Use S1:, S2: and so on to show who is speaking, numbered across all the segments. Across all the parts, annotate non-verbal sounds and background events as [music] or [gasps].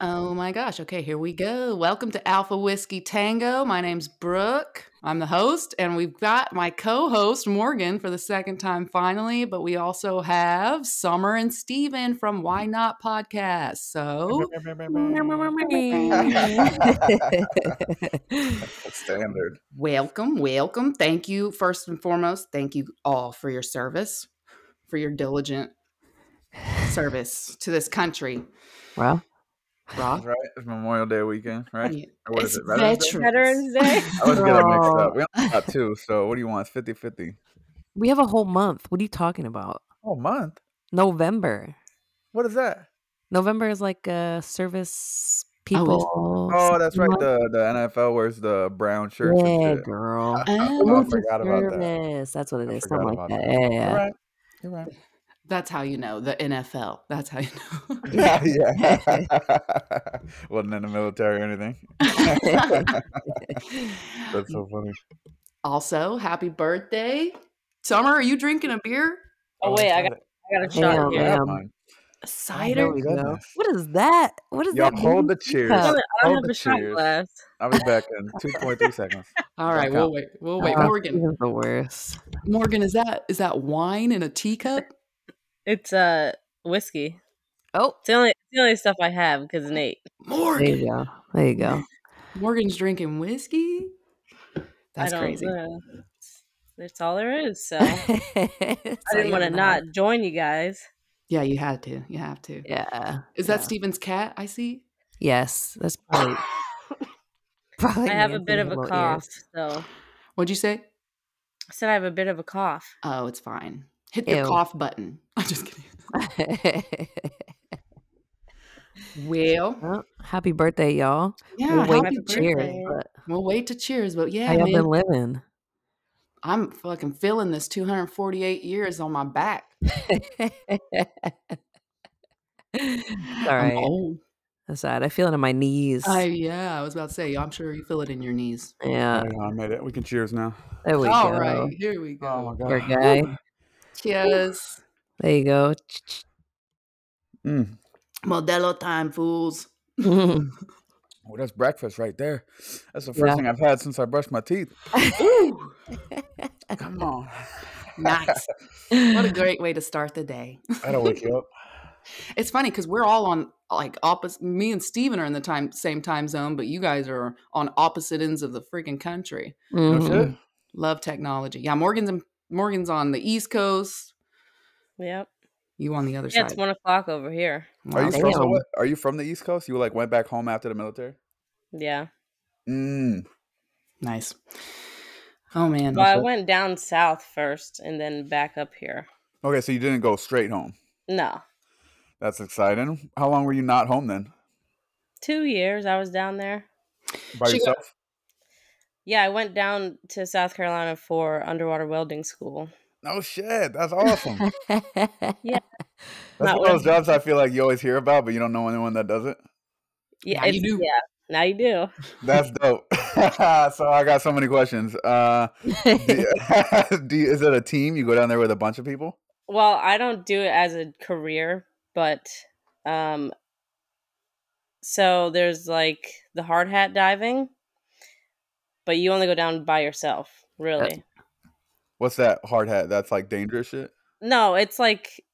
S1: Oh my gosh. Okay, here we go. Welcome to Alpha Whiskey Tango. My name's Brooke. I'm the host, and we've got my co host, Morgan, for the second time finally, but we also have Summer and Steven from Why Not Podcast. So.
S2: Standard.
S1: [laughs] Welcome, welcome. Thank you, first and foremost. Thank you all for your service, for your diligent service to this country.
S3: Well,
S1: Rock.
S2: Right? It's Memorial Day weekend, right?
S1: Yeah.
S2: Or what is
S1: It's
S2: it?
S1: veteran-
S2: Veterans Day? [laughs]
S4: Veterans Day.
S2: I was getting mixed
S3: Oh.
S2: up. We only got two, so what do you want? It's 50 50.
S3: we have a whole month. What are you talking about?
S2: Oh, month?
S3: November.
S2: What is that?
S3: November is like a
S1: Oh, it's-
S3: service people.
S2: Oh, that's right.
S3: month.
S2: The the NFL wears the brown shirts and
S3: yeah,
S2: shit.
S3: girl.
S2: I, I- I
S1: Oh,
S3: Military
S2: forgot about that.
S3: service. That's what it
S2: I
S3: is. Something
S2: forgot about
S3: like that.
S2: that.
S3: Yeah,
S2: You're
S3: yeah.
S2: right. You're right.
S1: That's how you know the NFL. That's how you [laughs] know.
S2: Yeah, [laughs] yeah. Wasn't in the military or anything. That's so funny.
S1: [laughs] also, happy birthday. Summer, are you drinking a beer?
S4: Oh, wait, I got, I got a
S3: Damn,
S4: shot here.
S3: man.
S1: A
S3: There
S1: cider?
S3: we
S2: goodness.
S3: go. What is that? What is
S2: Y'all
S3: that?
S2: hold the
S3: baby
S2: cheers.
S4: I
S3: teacup?
S4: don't I don't
S2: Hold
S4: have
S2: the
S4: a shot
S2: cheers.
S4: glass.
S2: I'll be back in 2.3 seconds.
S1: All right,
S2: Blackout.
S1: we'll wait. We'll wait.
S3: Oh,
S1: Morgan.
S3: Steven's the worst.
S1: Morgan, is that is that wine in a teacup?
S4: It's uh whiskey.
S3: Oh,
S4: It's the only it's the only stuff I have because Nate.
S3: there
S1: Morgan.
S3: you go. There you go.
S1: Morgan's drinking whiskey. That's
S4: I don't,
S1: crazy.
S4: know. That's all there is.
S1: [laughs]
S4: So [laughs]
S3: [laughs]
S4: I didn't want to not join you guys.
S1: Yeah, you had to. You have to.
S3: Yeah.
S1: Is that
S3: yeah.
S1: Steven's cat? I see.
S3: Yes, that's probably. probably
S4: I have a bit
S3: Nancy's
S4: of a
S3: little
S4: cough.
S3: ears.
S4: So
S1: What'd you say?
S4: I said I have a bit of a cough.
S1: Oh, it's fine. Hit
S3: Ew.
S1: the cough button. [laughs] I'm just kidding. Well,
S3: [laughs] Well, happy birthday, y'all.
S1: yeah.
S3: we'll wait
S1: happy
S3: to
S1: birthday.
S3: cheers. But
S1: We'll wait to cheers. But yeah,
S3: how y'all
S1: man,
S3: been living?
S1: I'm fucking feeling this 248 years on my back.
S3: It's [laughs] All
S1: I'm
S3: right.
S1: old.
S3: That's sad. I feel it in my knees.
S1: I, yeah, I was about to say, I'm sure you feel it in your knees.
S3: yeah.
S2: Hang on, I made it. We can cheers now. Oh
S3: There we
S1: All
S3: go.
S1: right, here we go. Oh
S3: Poor guy.
S1: Cheers.
S3: There you go.
S2: Mm.
S1: Modelo time, fools.
S2: Well, that's breakfast right there. That's the first
S3: Yeah.
S2: thing I've had since I brushed my teeth.
S1: Ooh,
S2: Come on.
S1: [laughs] nice. What a
S3: [laughs]
S1: great way to start the day.
S2: [laughs] That'll wake you up.
S1: It's funny because we're all on like opposite. Me and Steven are in the time same time zone, but you guys are on opposite ends of the freaking country.
S2: No
S3: Mhm.
S2: shit.
S1: Love technology. Yeah, Morgan's in, Morgan's on the East Coast.
S4: Yep.
S1: You on the other
S4: Yeah, it's
S1: side.
S4: one o'clock over here.
S2: Are you
S1: Wow.
S2: from so
S3: Damn.
S2: what? Are you from the East Coast? You like went back home after the military?
S4: Yeah.
S2: Mm.
S1: Nice. Oh man.
S4: Well, I
S2: sir.
S4: went down south first and then back up here.
S2: Okay, so you didn't go straight home.
S4: No.
S2: That's exciting. How long were you not home then?
S4: Two years I was down there.
S2: By
S1: She got-
S2: yourself?
S4: Yeah, I went down to South Carolina for underwater welding school.
S2: No shit. That's awesome. That's
S3: Mm-hmm.
S4: Yeah. Not
S2: one of those
S4: when-
S2: jobs I feel like you always hear about, but you don't know anyone that does it.
S4: Yeah,
S1: Now you
S4: it's-
S1: do.
S4: Yeah, now you do.
S2: That's dope. [laughs] so I got so many questions. Uh, do, do you- [laughs] is it a team? You go down there with a bunch of people?
S4: Well, I don't do it as a career, but um, so there's like the hard hat diving, but you only go down by yourself, really.
S2: What's that hard hat? That's like dangerous shit.
S4: No, it's like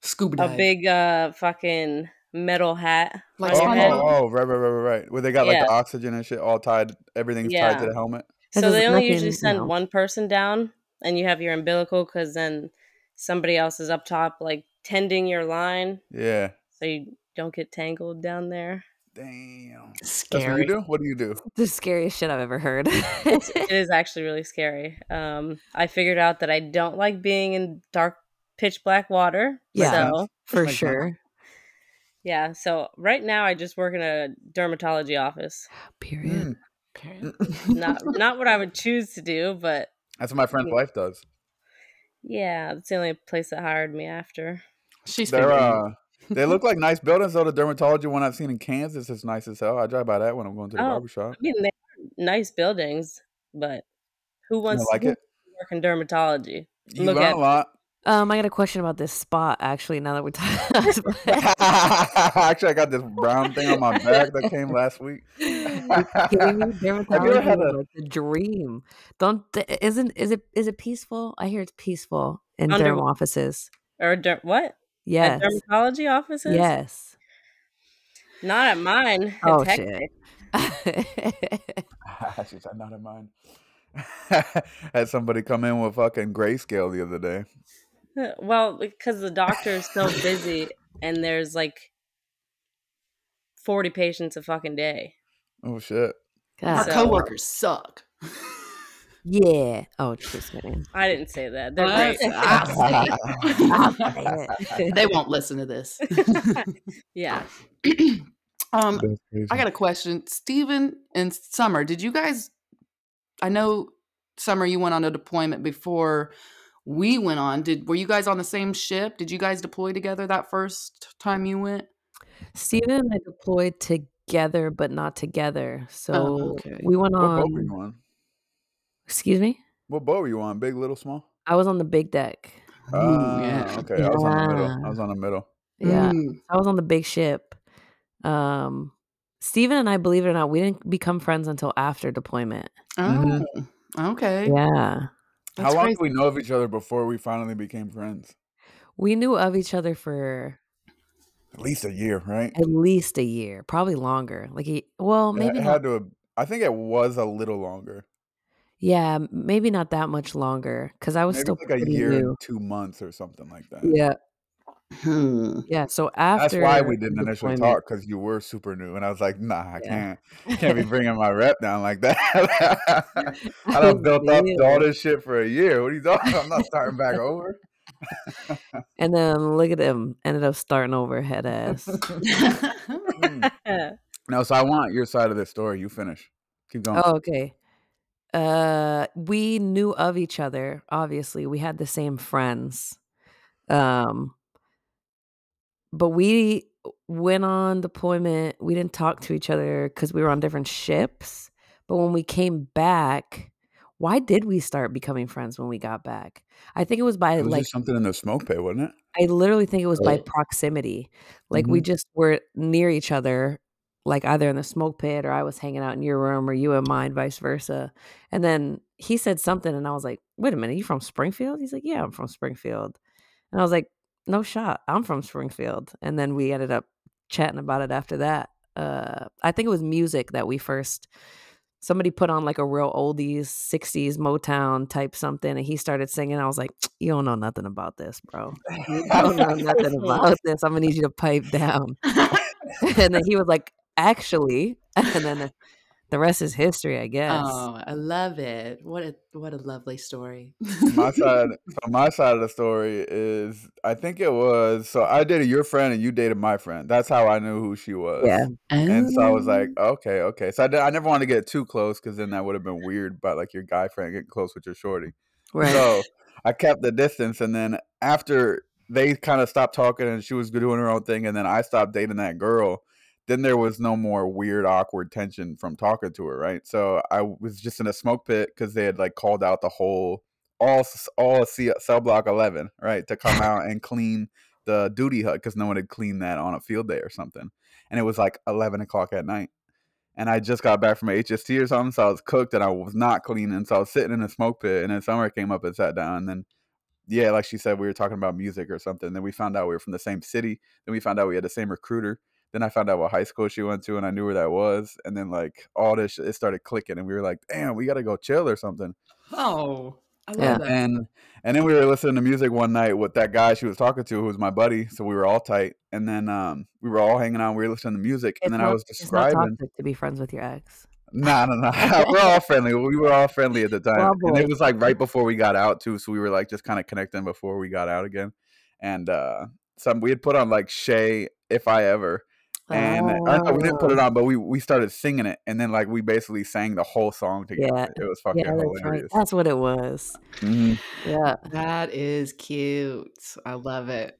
S1: Scuba
S4: a
S1: dive.
S4: big uh fucking metal hat.
S1: Like
S4: on
S2: Oh,
S4: your head.
S1: SpongeBob?
S2: oh, right, right, right, right, right. Where they got like the oxygen and shit all tied. Everything's tied to
S4: Yeah.
S2: the helmet.
S3: Because
S4: So
S3: it's
S4: they only usually
S3: nothing, you
S4: send
S3: know.
S4: one person down, and you have your umbilical because then somebody else is up top, like tending your line,
S2: Yeah.
S4: so you don't get tangled down there.
S2: Damn. That's what
S1: Scary.
S2: you do. What do you do?
S3: [laughs] the scariest shit I've ever heard. [laughs]
S4: It is actually really scary. Um, I figured out that I don't like being in dark, pitch black water.
S3: Yeah.
S4: So
S3: For
S2: Like,
S3: sure.
S4: yeah. So right now, I just work in a dermatology office. Mm-hmm.
S2: Hmm.
S3: Period.
S1: Period.
S3: [laughs]
S4: Not not what I would choose to do, but
S2: That's what my friend's wife does.
S4: yeah, it's the only place that hired me after.
S1: [laughs] She's
S2: They're
S1: figuring it.
S2: uh, they look like nice buildings. Though the dermatology one I've seen in Kansas is nice as hell. I drive by that when I'm going to the
S4: Oh.
S2: barber shop.
S4: I mean, they are nice buildings, but who
S2: I
S4: wants
S2: like
S4: to
S2: it.
S4: work in dermatology?
S2: You
S4: Look
S2: learn
S4: at- [laughs]
S2: a lot. [laughs]
S3: Um, I got a question about this spot actually. Now that we're [laughs] talking,
S2: Actually, I got this brown thing on my back that came last week. [laughs]
S3: kidding me? Dermatology
S2: had
S3: is
S2: a-
S3: like the dream. Don't th- isn't is it is it peaceful? I hear it's peaceful in
S4: Under-
S3: derm offices.
S4: Or der- what?
S3: Yes,
S4: At dermatology offices?
S3: yes.
S4: Not at mine.
S3: Oh,
S4: It's hectic.
S3: shit. [laughs]
S2: she said, not in mine. [laughs] Had somebody come in with fucking grayscale the other day.
S4: [laughs] Well, because the doctor is so busy and there's like 40 patients a fucking day.
S2: Oh shit.
S1: Our
S3: God,
S4: So-
S1: coworkers suck. [laughs]
S3: yeah. Oh, just kidding.
S4: I didn't say that. They're
S1: Well,
S3: [laughs]
S4: great.
S1: I'll
S2: [laughs]
S3: I'll
S1: say
S3: say it.
S1: it. they won't listen to
S4: [laughs]
S1: this. [clears throat]
S4: Yeah.
S1: um,
S2: That's crazy.
S1: I got a question. Steven and Summer, did you guys I know Summer you went on a deployment before we went on. Did were you guys on the same ship? Did you guys deploy together that first time you went?
S3: Steven and I deployed together, but not together. So
S2: Oh,
S1: okay.
S3: we went
S2: what boat were
S3: on.
S2: you on?
S3: Excuse me.
S2: What boat were you on? Big, little, small?
S3: I was on the big deck.
S1: Ooh,
S2: Ah,
S1: yeah.
S2: Okay. I was on the middle. I
S3: Yeah.
S2: was on the middle.
S3: Yeah,
S1: Mm.
S3: I was on the big ship. Um, Steven and I, believe it or not, we didn't become friends until after deployment.
S2: Mhm.
S4: Mm-hmm.
S1: Oh, okay.
S3: Yeah.
S1: That's
S2: How long
S1: crazy.
S2: did we know of each other before we finally became friends?
S3: We knew of each other for
S2: At least a year, right?
S3: at least a year, probably longer. Like, a- well,
S2: It
S3: maybe
S2: had
S3: not.
S2: to have- I think it was a little longer.
S3: Yeah, m- maybe not that much longer because I was
S2: Maybe
S3: still
S2: like a
S3: pretty
S2: year
S3: new.
S2: and two months or something like that.
S3: Yeah,
S1: Hmm.
S3: yeah. So after
S2: That's why we
S3: the
S2: didn't initially
S3: deployment-
S2: talk because you were super new, and I was like, "Nah, I
S3: Yeah.
S2: can't, can't be
S3: [laughs]
S2: bringing my rep down like that." [laughs] I done
S3: was
S2: built up
S3: new.
S2: all this shit for a year. What are you talking? about? I'm not starting back over.
S3: And then look at him, ended up starting
S2: [laughs]
S3: over head ass.
S2: Mm. No, so I want your side of this story. You finish. Keep going.
S3: oh, okay. Uh, we knew of each other. Obviously, we had the same friends. Um, but we went on deployment. We didn't talk to each other because we were on different ships. But when we came back, why did we start becoming friends when we got back? I think it was by
S2: it was
S3: like
S2: just something in the smoke pit, wasn't it?
S3: I literally think it was by proximity. Like we just were near each other, like either in the smoke pit or I was hanging out in your room or you in mine, vice versa. And then he said something and I was like, wait a minute, you from Springfield? He's like, yeah, I'm from Springfield. And I was like, no shot, I'm from Springfield. And then we ended up chatting about it after that. Uh, I think it was music that we first. Somebody put on like a real oldies, 60s Motown type something, and he started singing. I was like, You don't know nothing about this, bro. [laughs] I don't know nothing about this. I'm gonna need you to pipe down. [laughs]
S1: Hmm. [laughs]
S2: [laughs]
S3: and then he was like, actually, [laughs] and then the rest is history, I guess.
S1: Oh, I love it. What a what a lovely story. [laughs]
S2: my side so my side of the story is I think it was so I dated your friend and you dated my friend. That's how I knew who she was.
S3: Yeah. Mm.
S2: And so I was like, okay, okay. So I, did, I never wanted to get too close because then that would have been weird. But like your guy friend getting close with your shorty.
S1: Oh,
S3: right.
S2: uh, So I kept the distance. And then after they kind of stopped talking and she was doing her own thing, and then I stopped dating that girl, then there was no more weird, awkward tension from talking to her, right? So I was just in a smoke pit because they had like called out the whole, all, s- all C, cell block 11, right, to come out and clean the duty hut because no one had cleaned that on a field day or something. And it was like 11 o'clock at night and I just got back from a HST or something, so I was cooked and I was not cleaning, so I was sitting in a smoke pit, and then Summer came up and sat down, and then yeah, like she said, we were talking about music or something. Then we found out we were from the same city. Then we found out we had the same recruiter. Then I found out what high school she went to, and I knew where that was. And then like all this, sh- it started clicking, and we were like, "Damn, we gotta go chill or something."
S1: oh, I love
S3: Yeah.
S1: that.
S2: And and then we were listening to music one night with that guy she was talking to, who was my buddy. So we were all tight, and then um, we were all hanging out. We were listening to music, and
S3: It's
S2: then I
S3: not-
S2: was
S3: It's not
S2: describing.
S3: toxic to be friends with your ex.
S2: No, no, no. [laughs] We're all friendly. We were all friendly at the time.
S3: all
S2: and it
S3: boys.
S2: was like right before we got out too, so we were like just kind of connecting before we got out again. And uh some we had put on like Shay if I ever. And or no, we didn't put it
S3: Oh.
S2: on, but we we started singing it and then like we basically sang the whole song together.
S3: Yeah.
S2: It was fucking
S3: Yeah, that's right. Oh.
S2: hilarious.
S3: That's what it was.
S2: Mhm.
S3: Yeah.
S1: Oh, That is cute. I love
S2: [laughs]
S1: it.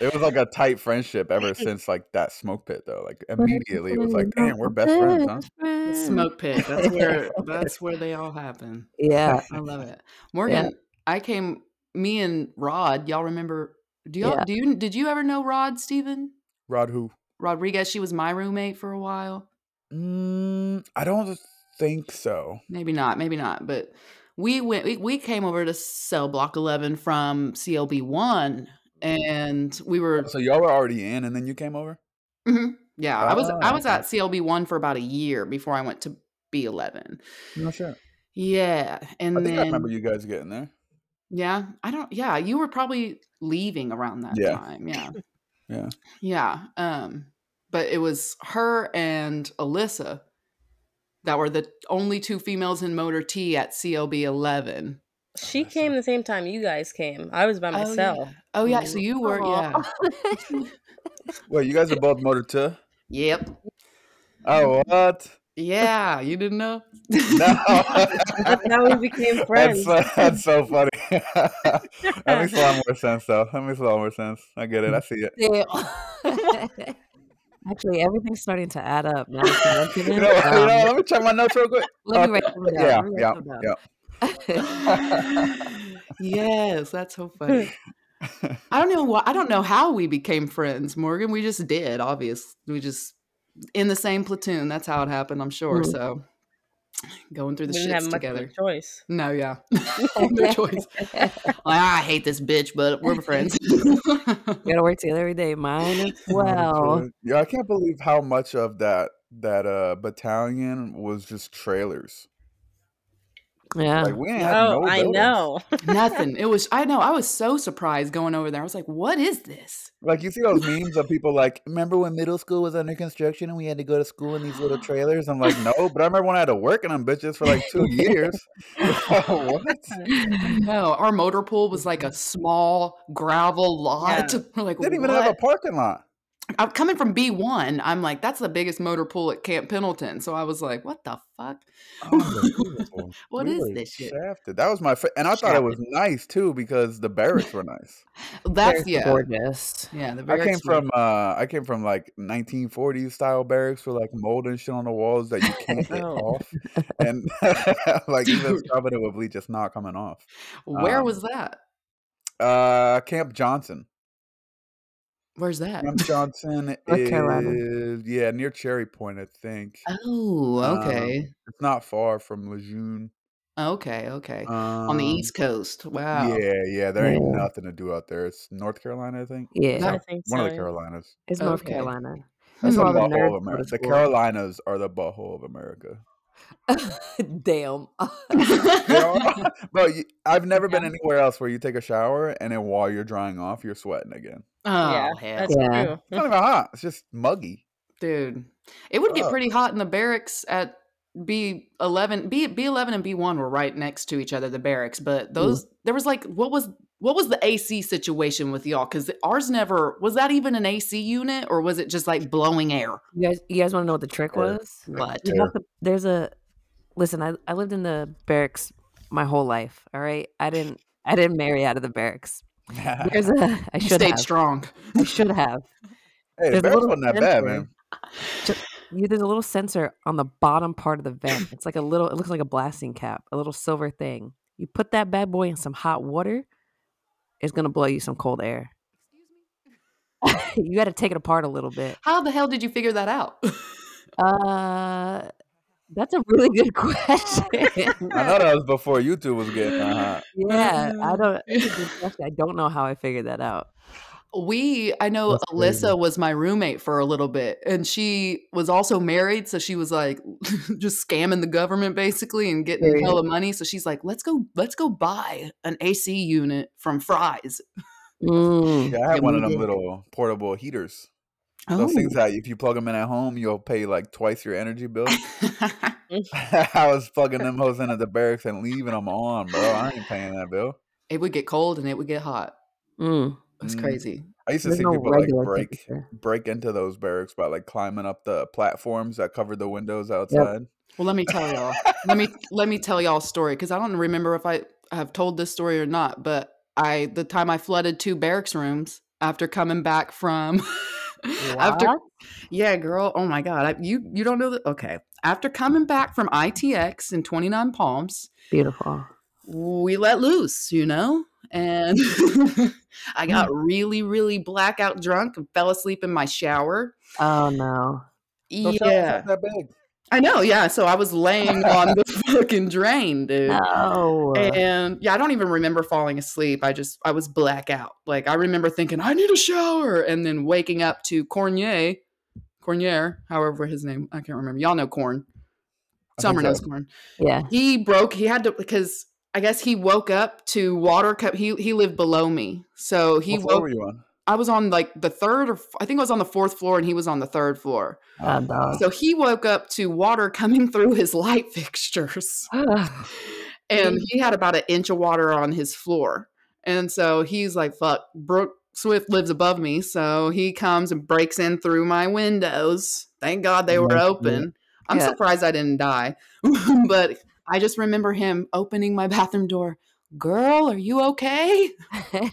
S2: It was like a tight friendship
S3: [laughs]
S2: ever since like that smoke pit though. Like immediately it was like, damn, we're best friends, huh?
S1: The
S3: friends.
S1: Smoke
S2: [laughs]
S1: pit. That's where that's where they all happen.
S3: Yeah.
S1: I love it. Morgan, I came me and Rod, y'all remember? Do y'all
S3: Yeah.
S1: do you did you ever know Rod Steven
S2: Rod who?
S1: Rodriguez? She was my roommate for a while.
S2: Mm, I don't think so.
S1: Maybe not. Maybe not. But we went. We, we came over to cell block eleven from CLB one, and we were.
S2: So y'all were already in, and then you came over.
S1: Mhm. yeah, I was. I
S2: Oh,
S1: was
S2: okay.
S1: at CLB one for about a year before I went to B eleven.
S2: No shit.
S1: Yeah, and
S2: I think
S1: then
S2: I remember you guys getting there.
S1: Yeah, I don't. Yeah, you were probably leaving around that
S2: Yeah.
S1: time. Yeah,
S2: [laughs] Yeah.
S1: yeah. Um, but it was her and Alyssa that were the only two females in Motor T at CLB eleven.
S4: [laughs] She
S2: I see.
S4: came the same time you guys came. I was by myself.
S1: Oh yeah. So you were.
S3: Aw.
S1: Yeah.
S2: Wait, you guys are both motor two?
S1: yep.
S2: Oh, what?
S1: Yeah. You didn't know.
S2: No.
S4: [laughs] That's how we became
S2: [laughs] That's,
S4: friends. [laughs]
S2: so- that's so funny. [laughs] that makes a lot more sense, though. That makes a lot more sense. I get it. I see it.
S3: [laughs] Damn. Actually, everything's starting to add up now that you mentioned
S2: You
S3: it.
S2: know, [laughs] what? you
S3: Um,
S2: know, let me check my notes real quick.
S3: let
S2: okay,
S3: me write them down.
S2: Yeah,
S3: Let me write
S2: yeah,
S3: them down.
S2: yeah.
S1: [laughs] yes, that's so funny. I don't know why. I don't know how we became friends, Morgan. We just did. Obvious. We just in the same platoon. That's how it happened. I'm sure.
S3: Mhm.
S1: So going through
S4: Mm. we
S1: the
S4: didn't have
S1: shits
S4: much of
S1: together.
S4: a choice.
S1: No,
S4: [laughs]
S1: yeah, [laughs] no choice. Like, I hate this bitch, but
S4: [laughs]
S1: we're friends. [laughs]
S3: You gotta work together every day. Mine
S2: [laughs]
S3: as well.
S2: yeah, I can't believe how much of that that uh battalion was just trailers.
S3: Yeah.
S2: Like we ain't had
S4: Oh,
S2: no
S4: I
S2: buildings. [laughs]
S4: know.
S1: Nothing. It was. I know. I was so surprised going over there. I was like, "What is this?"
S2: Like you see those memes of people like, remember when middle school was under construction and we had to go to school in these
S1: [gasps]
S2: little trailers? I'm like, no, but I remember when I had to work in them bitches for like two years. [laughs]
S1: [laughs]
S2: what?
S1: I know. Our motor pool was like a small gravel lot. [laughs]
S4: Yeah.
S1: We're like,
S2: Mm-hmm. They didn't even
S1: what?
S2: have a parking lot.
S1: [laughs] I'm coming from B1. I'm like, that's the biggest motor pool at Camp Pendleton. So I was like, what the fuck?
S2: Oh, Unbelievable.
S1: [laughs] What
S2: we
S1: is
S2: were
S1: this shit?
S2: Shafted. That was my fa- and I thought it was nice too because the barracks
S1: [laughs]
S2: were nice.
S1: That's
S3: They're
S1: yeah.
S3: gorgeous.
S1: Yeah, the
S2: I came
S1: barracks were-
S2: from uh I came from like 1940s style barracks with like mold and shit on the walls that you
S1: [laughs]
S2: can't get
S4: Oh.
S2: off, and [laughs] like even
S1: Dude.
S2: scrubbing it with bleach, it's not coming off.
S1: Where
S2: um,
S1: was that?
S2: Uh, Camp Johnson.
S1: Where's that?
S2: Camp Johnson
S3: [laughs] North Carolina. Uh-huh.
S2: is yeah near Cherry Point, I think.
S1: Oh,
S2: Um,
S1: okay.
S2: It's not far from Lejeune.
S1: okay,
S3: Eh,
S1: okay. On the
S2: Um,
S1: East Coast. [laughs] Wow.
S2: yeah, yeah, there ain't
S3: Yeah.
S2: nothing to do out there. It's North Carolina, I think.
S3: Yeah.
S1: That-
S4: I think
S2: One of
S4: so.
S2: the Carolinas.
S3: It's North
S1: Okay.
S3: Carolina.
S1: [laughs]
S2: It's
S3: That's
S2: the
S3: where all the
S2: butthole of
S3: nerds go to
S2: America. The
S3: school.
S2: Carolinas are the butthole of
S3: [laughs]
S2: America.
S1: [laughs]
S3: Damn.
S1: Oh,
S2: [laughs] They are, [laughs] bro. You, I've never been
S4: Yeah.
S2: anywhere else where you take a shower and then while you're drying off, you're sweating again.
S4: Yeah,
S1: oh, hell.
S4: that's
S3: Yeah.
S4: true.
S2: It's not even
S3: Mm-hmm.
S2: hot. It's just muggy. [laughs]
S1: Dude. It would
S3: Uh
S1: get
S2: Fuck.
S1: pretty hot in the barracks at B11. B B11 and B1 were right next to each other the barracks,
S3: Mm-hmm.
S1: but those there was like what was what was the AC situation with y'all cuz ours never was that even an AC unit or was it just like blowing air?
S3: You guys, you guys want to know what the trick
S2: Air.
S3: was?
S1: What?
S3: You have to, there's a listen. I, I lived in the barracks my whole life. All right, I didn't I didn't marry out of the barracks.
S1: [laughs]
S3: There's a I
S1: You
S3: should
S1: stayed
S3: have
S1: strong.
S3: I should have.
S2: Hey, the
S3: There's a
S2: barracks
S3: little
S2: wasn't that bad,
S3: sensor.
S2: man.
S3: You, there's a little sensor on the bottom part of the vent. It's like a little. It looks like a blasting cap, a little silver thing. You put that bad boy in some hot water, it's gonna blow you some cold air. [laughs] you got to take it apart a little bit.
S1: How the hell did you figure that out?
S3: Uh, that's a really good [laughs] question.
S2: I know that was before YouTube was getting that
S3: [laughs]
S2: hot.
S3: Yeah, I
S1: [laughs] Uh,
S3: don't. That's a good question. I don't know how I figured that out.
S1: We, I know
S2: That's
S1: Alyssa
S2: crazy.
S1: was my roommate for a little bit, and she was also married. So she was like [laughs] just scamming the government basically and getting
S3: Period.
S1: hella money. So she's like, let's go, let's go buy an AC unit from Fry's.
S3: Mm.
S2: Yeah, I had
S1: And
S2: one
S1: we
S2: of them
S1: did.
S2: little portable heaters. Those
S1: Oh.
S2: things that if you plug them in at home, you'll pay like twice your energy
S3: [laughs]
S1: Oh.
S2: bill. [laughs] I was plugging them hoes in at the barracks and leaving them on, bro. I ain't paying that bill.
S1: [laughs] it would get cold and it would get hot.
S3: Mm.
S1: It was
S2: Mm.
S1: crazy.
S2: I used to
S3: There's
S2: see
S3: no
S2: people like
S3: regular
S2: break
S3: temperature.
S2: break into those barracks by like climbing up the platforms that covered the windows
S3: Yep.
S2: outside.
S1: Well, let me tell y'all. let me let me tell y'all a story because I don't remember if I have told this story or not. But I, the time I flooded two barracks rooms after coming back from [laughs] after
S3: What?
S1: yeah, girl. Oh my god, I, you you don't know that? Okay, after coming back from ITX in Twenty Nine Palms,
S3: Beautiful.
S1: we let loose, you know, and [laughs] I got really, really blackout drunk and fell asleep in my shower. [laughs]
S3: Oh no.
S2: Those showers
S1: yeah,
S2: aren't that big.
S1: I know. Yeah, so I was laying on the fucking drain, dude.
S3: No.
S1: And yeah, I don't even remember falling asleep. I just I was blackout. Like I remember thinking I need a shower, and then waking up to Cornier, Cornier, however his name, I can't remember. Y'all know Corn.
S2: I think
S1: Summer
S2: so.
S1: knows Corn
S3: Yeah.
S1: he broke he had to because i guess he woke up to water cup he he lived below me so he
S2: What floor were
S1: woke
S2: you on?
S1: i was on like the third or f- i think i was on the fourth floor and he was on the third floor [laughs]
S3: Oh, dog. [laughs]
S1: so he woke up to water coming through his light fixtures
S3: Ugh. Mm-hmm.
S1: and he had about an inch of water on his floor and so he's like fuck brooke swift lives above me so he comes and breaks in through my windows thank god they were
S2: Nice, yeah.
S1: open i'm
S3: Yeah.
S1: surprised i didn't die [laughs] but i just remember him opening my bathroom door girl are you okay And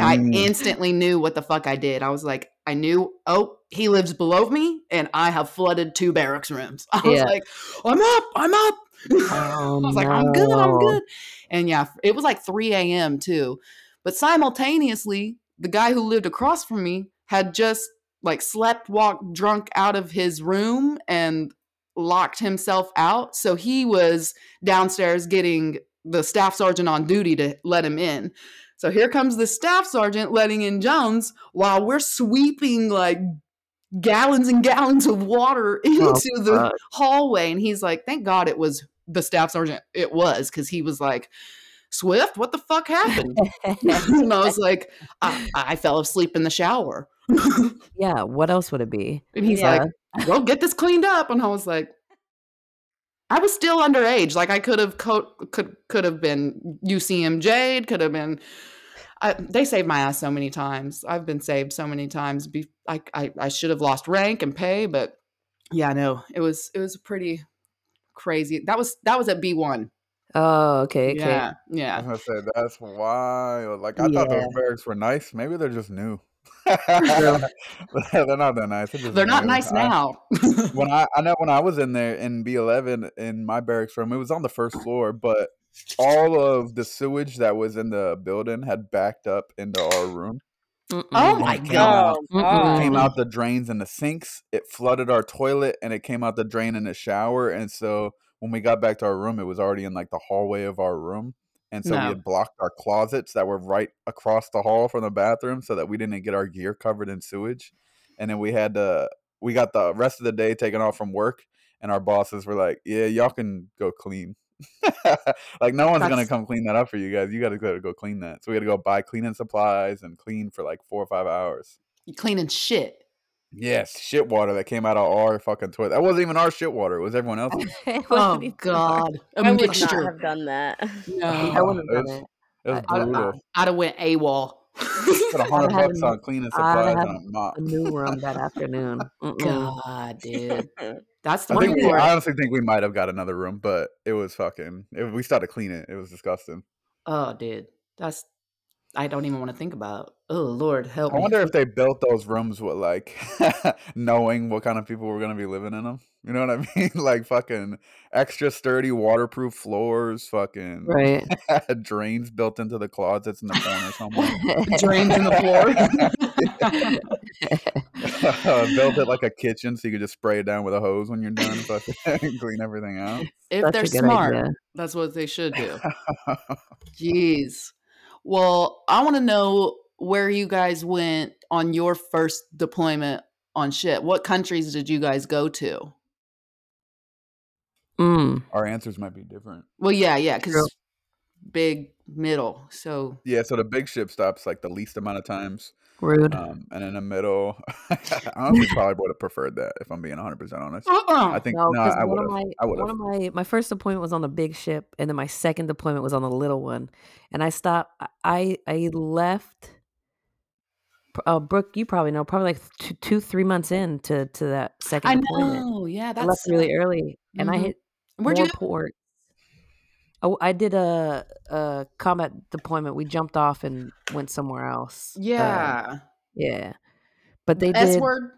S1: i
S3: Mm.
S2: Dang.
S1: instantly knew what the fuck i did i was like i knew oh he lives below me and i have flooded two barracks rooms [laughs] i was
S3: Yeah.
S1: like i'm up i'm up
S3: Oh,
S1: I was like, I'm good, I'm
S3: no.
S1: good. And yeah, it was like 3 a.m. too. But simultaneously, the guy who lived across from me had just like slept, walked drunk out of his room and locked himself out. So he was downstairs getting the staff sergeant on duty to let him in. So here comes the staff sergeant letting in Jones while we're sweeping like gallons and gallons of water [laughs] into the
S3: fuck.
S1: hallway. And he's like, thank God it was the staff sergeant. It was because he was like, Swift, what the fuck happened? [laughs] and I was like, I, I fell asleep in the shower. and
S3: [laughs] yeah. What else would it be?
S1: he's
S4: Yeah.
S1: like, go get this cleaned up. And I was like, I was still underage. Like I could have co- could could have been UCMJ'd, could have been. I, they saved my ass so many times. I've been saved so many times. Be, I, I I should have lost rank and pay, but yeah, no, it was it was pretty crazy. That was that was at B one.
S3: Oh, okay. Okay.
S1: Yeah, yeah.
S2: I was gonna say that's wild. Like I thought those barracks were nice. Maybe they're just new. [laughs] they're not that nice. just
S1: They're not
S2: new.
S1: nice
S2: I-
S1: now.
S4: Oh
S2: when I, I know when I was in there in B11 in my barracks room, it was on the first floor, but all of the sewage that was in the building had backed up into our room.
S1: oh
S3: Mm-mm.
S1: my
S2: Came
S1: god!
S2: out.
S4: Oh,
S3: Mm-mm.
S4: God.
S2: Came
S3: Mm.
S2: out the drains and the sinks. It flooded our toilet and it came out the drain in the shower. And so when we got back to our room, it was already in like the hallway of our room. And so
S1: No.
S2: we had blocked our closets that were right across the hall from the bathroom so that we didn't get our gear covered in sewage. And then we had to, we got the rest of the day taken off from work. And our bosses were like, yeah, y'all can go clean. [laughs] like no one's gonna
S1: That's-
S2: come clean that up for you guys. You gotta go go clean that. So we had to go buy cleaning supplies and clean for like four or five hours.
S1: You cleaning shit.
S4: [laughs]
S2: Yes, shit water that came out of our fucking toilet. That wasn't even our shit water. It was
S3: [laughs]
S2: everyone else's.
S1: [laughs]
S3: It wasn't
S1: Oh
S3: even hard.
S1: god! A
S4: I would
S1: mixture.
S4: not have done that.
S1: No,
S3: I wouldn't have
S2: It was-
S3: done it.
S2: It was
S3: I- I-
S2: brutal.
S1: I'd have went
S4: [laughs]
S1: AWOL. [laughs]
S2: Put
S3: [laughs]
S2: a
S3: I'd
S2: hundred
S3: have had
S2: bucks
S3: a-
S2: on cleaning
S3: I'd have
S2: supplies
S3: had
S2: and a mop.
S3: a new room that afternoon.
S1: [laughs]
S3: Mm-mm.
S1: God,
S4: [laughs]
S1: dude, that's the
S2: I
S1: one
S2: think we,
S1: for
S2: I
S1: it.
S2: honestly think we might have got another room, but it was fucking. It, we started cleaning. It was disgusting.
S1: Oh, dude, that's I don't even want to think about. Oh Lord, help
S2: I
S1: me.
S2: wonder if they built those rooms with like [laughs] knowing what kind of people were going to be living in them. You know what I [laughs] mean? Like fucking extra sturdy waterproof floors, fucking
S3: Right.
S2: [laughs] drains built into the closets in the corner somewhere.
S1: Drains in the
S3: [laughs]
S1: floor.
S2: [laughs] built it like a kitchen so you could just spray it down with a hose when you're done, fucking [laughs] clean everything out.
S1: [laughs] if
S3: Such
S1: they're
S3: a good
S1: smart,
S3: idea.
S1: that's what they should
S3: [laughs]
S1: do. Jeez. Well, I want to know where you guys went on your first deployment on ship. What countries did you guys go to?
S3: Mm.
S2: Our answers might be different.
S1: Well, yeah, yeah,
S3: True.
S1: because big middle. So
S2: Yeah, so the big ship stops like the least amount of times.
S1: Uh,
S3: Rude.
S2: Um, and in the middle, [laughs] I honestly probably would have preferred that if I'm being 100% honest. I
S1: uh-uh.
S2: think,
S3: Oh, No,
S2: no,
S3: because
S2: I
S3: one
S2: would
S3: of
S2: have.
S3: my
S2: I would
S3: one
S2: have.
S3: of my my first deployment was on the big ship, and then my second deployment was on the little one. And I stopped. I I I left. pr- Uh, Brooke, you probably know, probably like two, two three months into to that second
S1: I
S3: deployment.
S1: know. Yeah,
S3: I left
S1: that's
S3: really early, uh, and I
S1: Mhm.
S3: hit
S1: where'd you
S3: more
S1: go?
S3: ports. Oh, I did a a combat deployment. We jumped off and went somewhere else. Um,
S1: Yeah,
S3: yeah, but they
S1: the S
S3: did.
S1: word.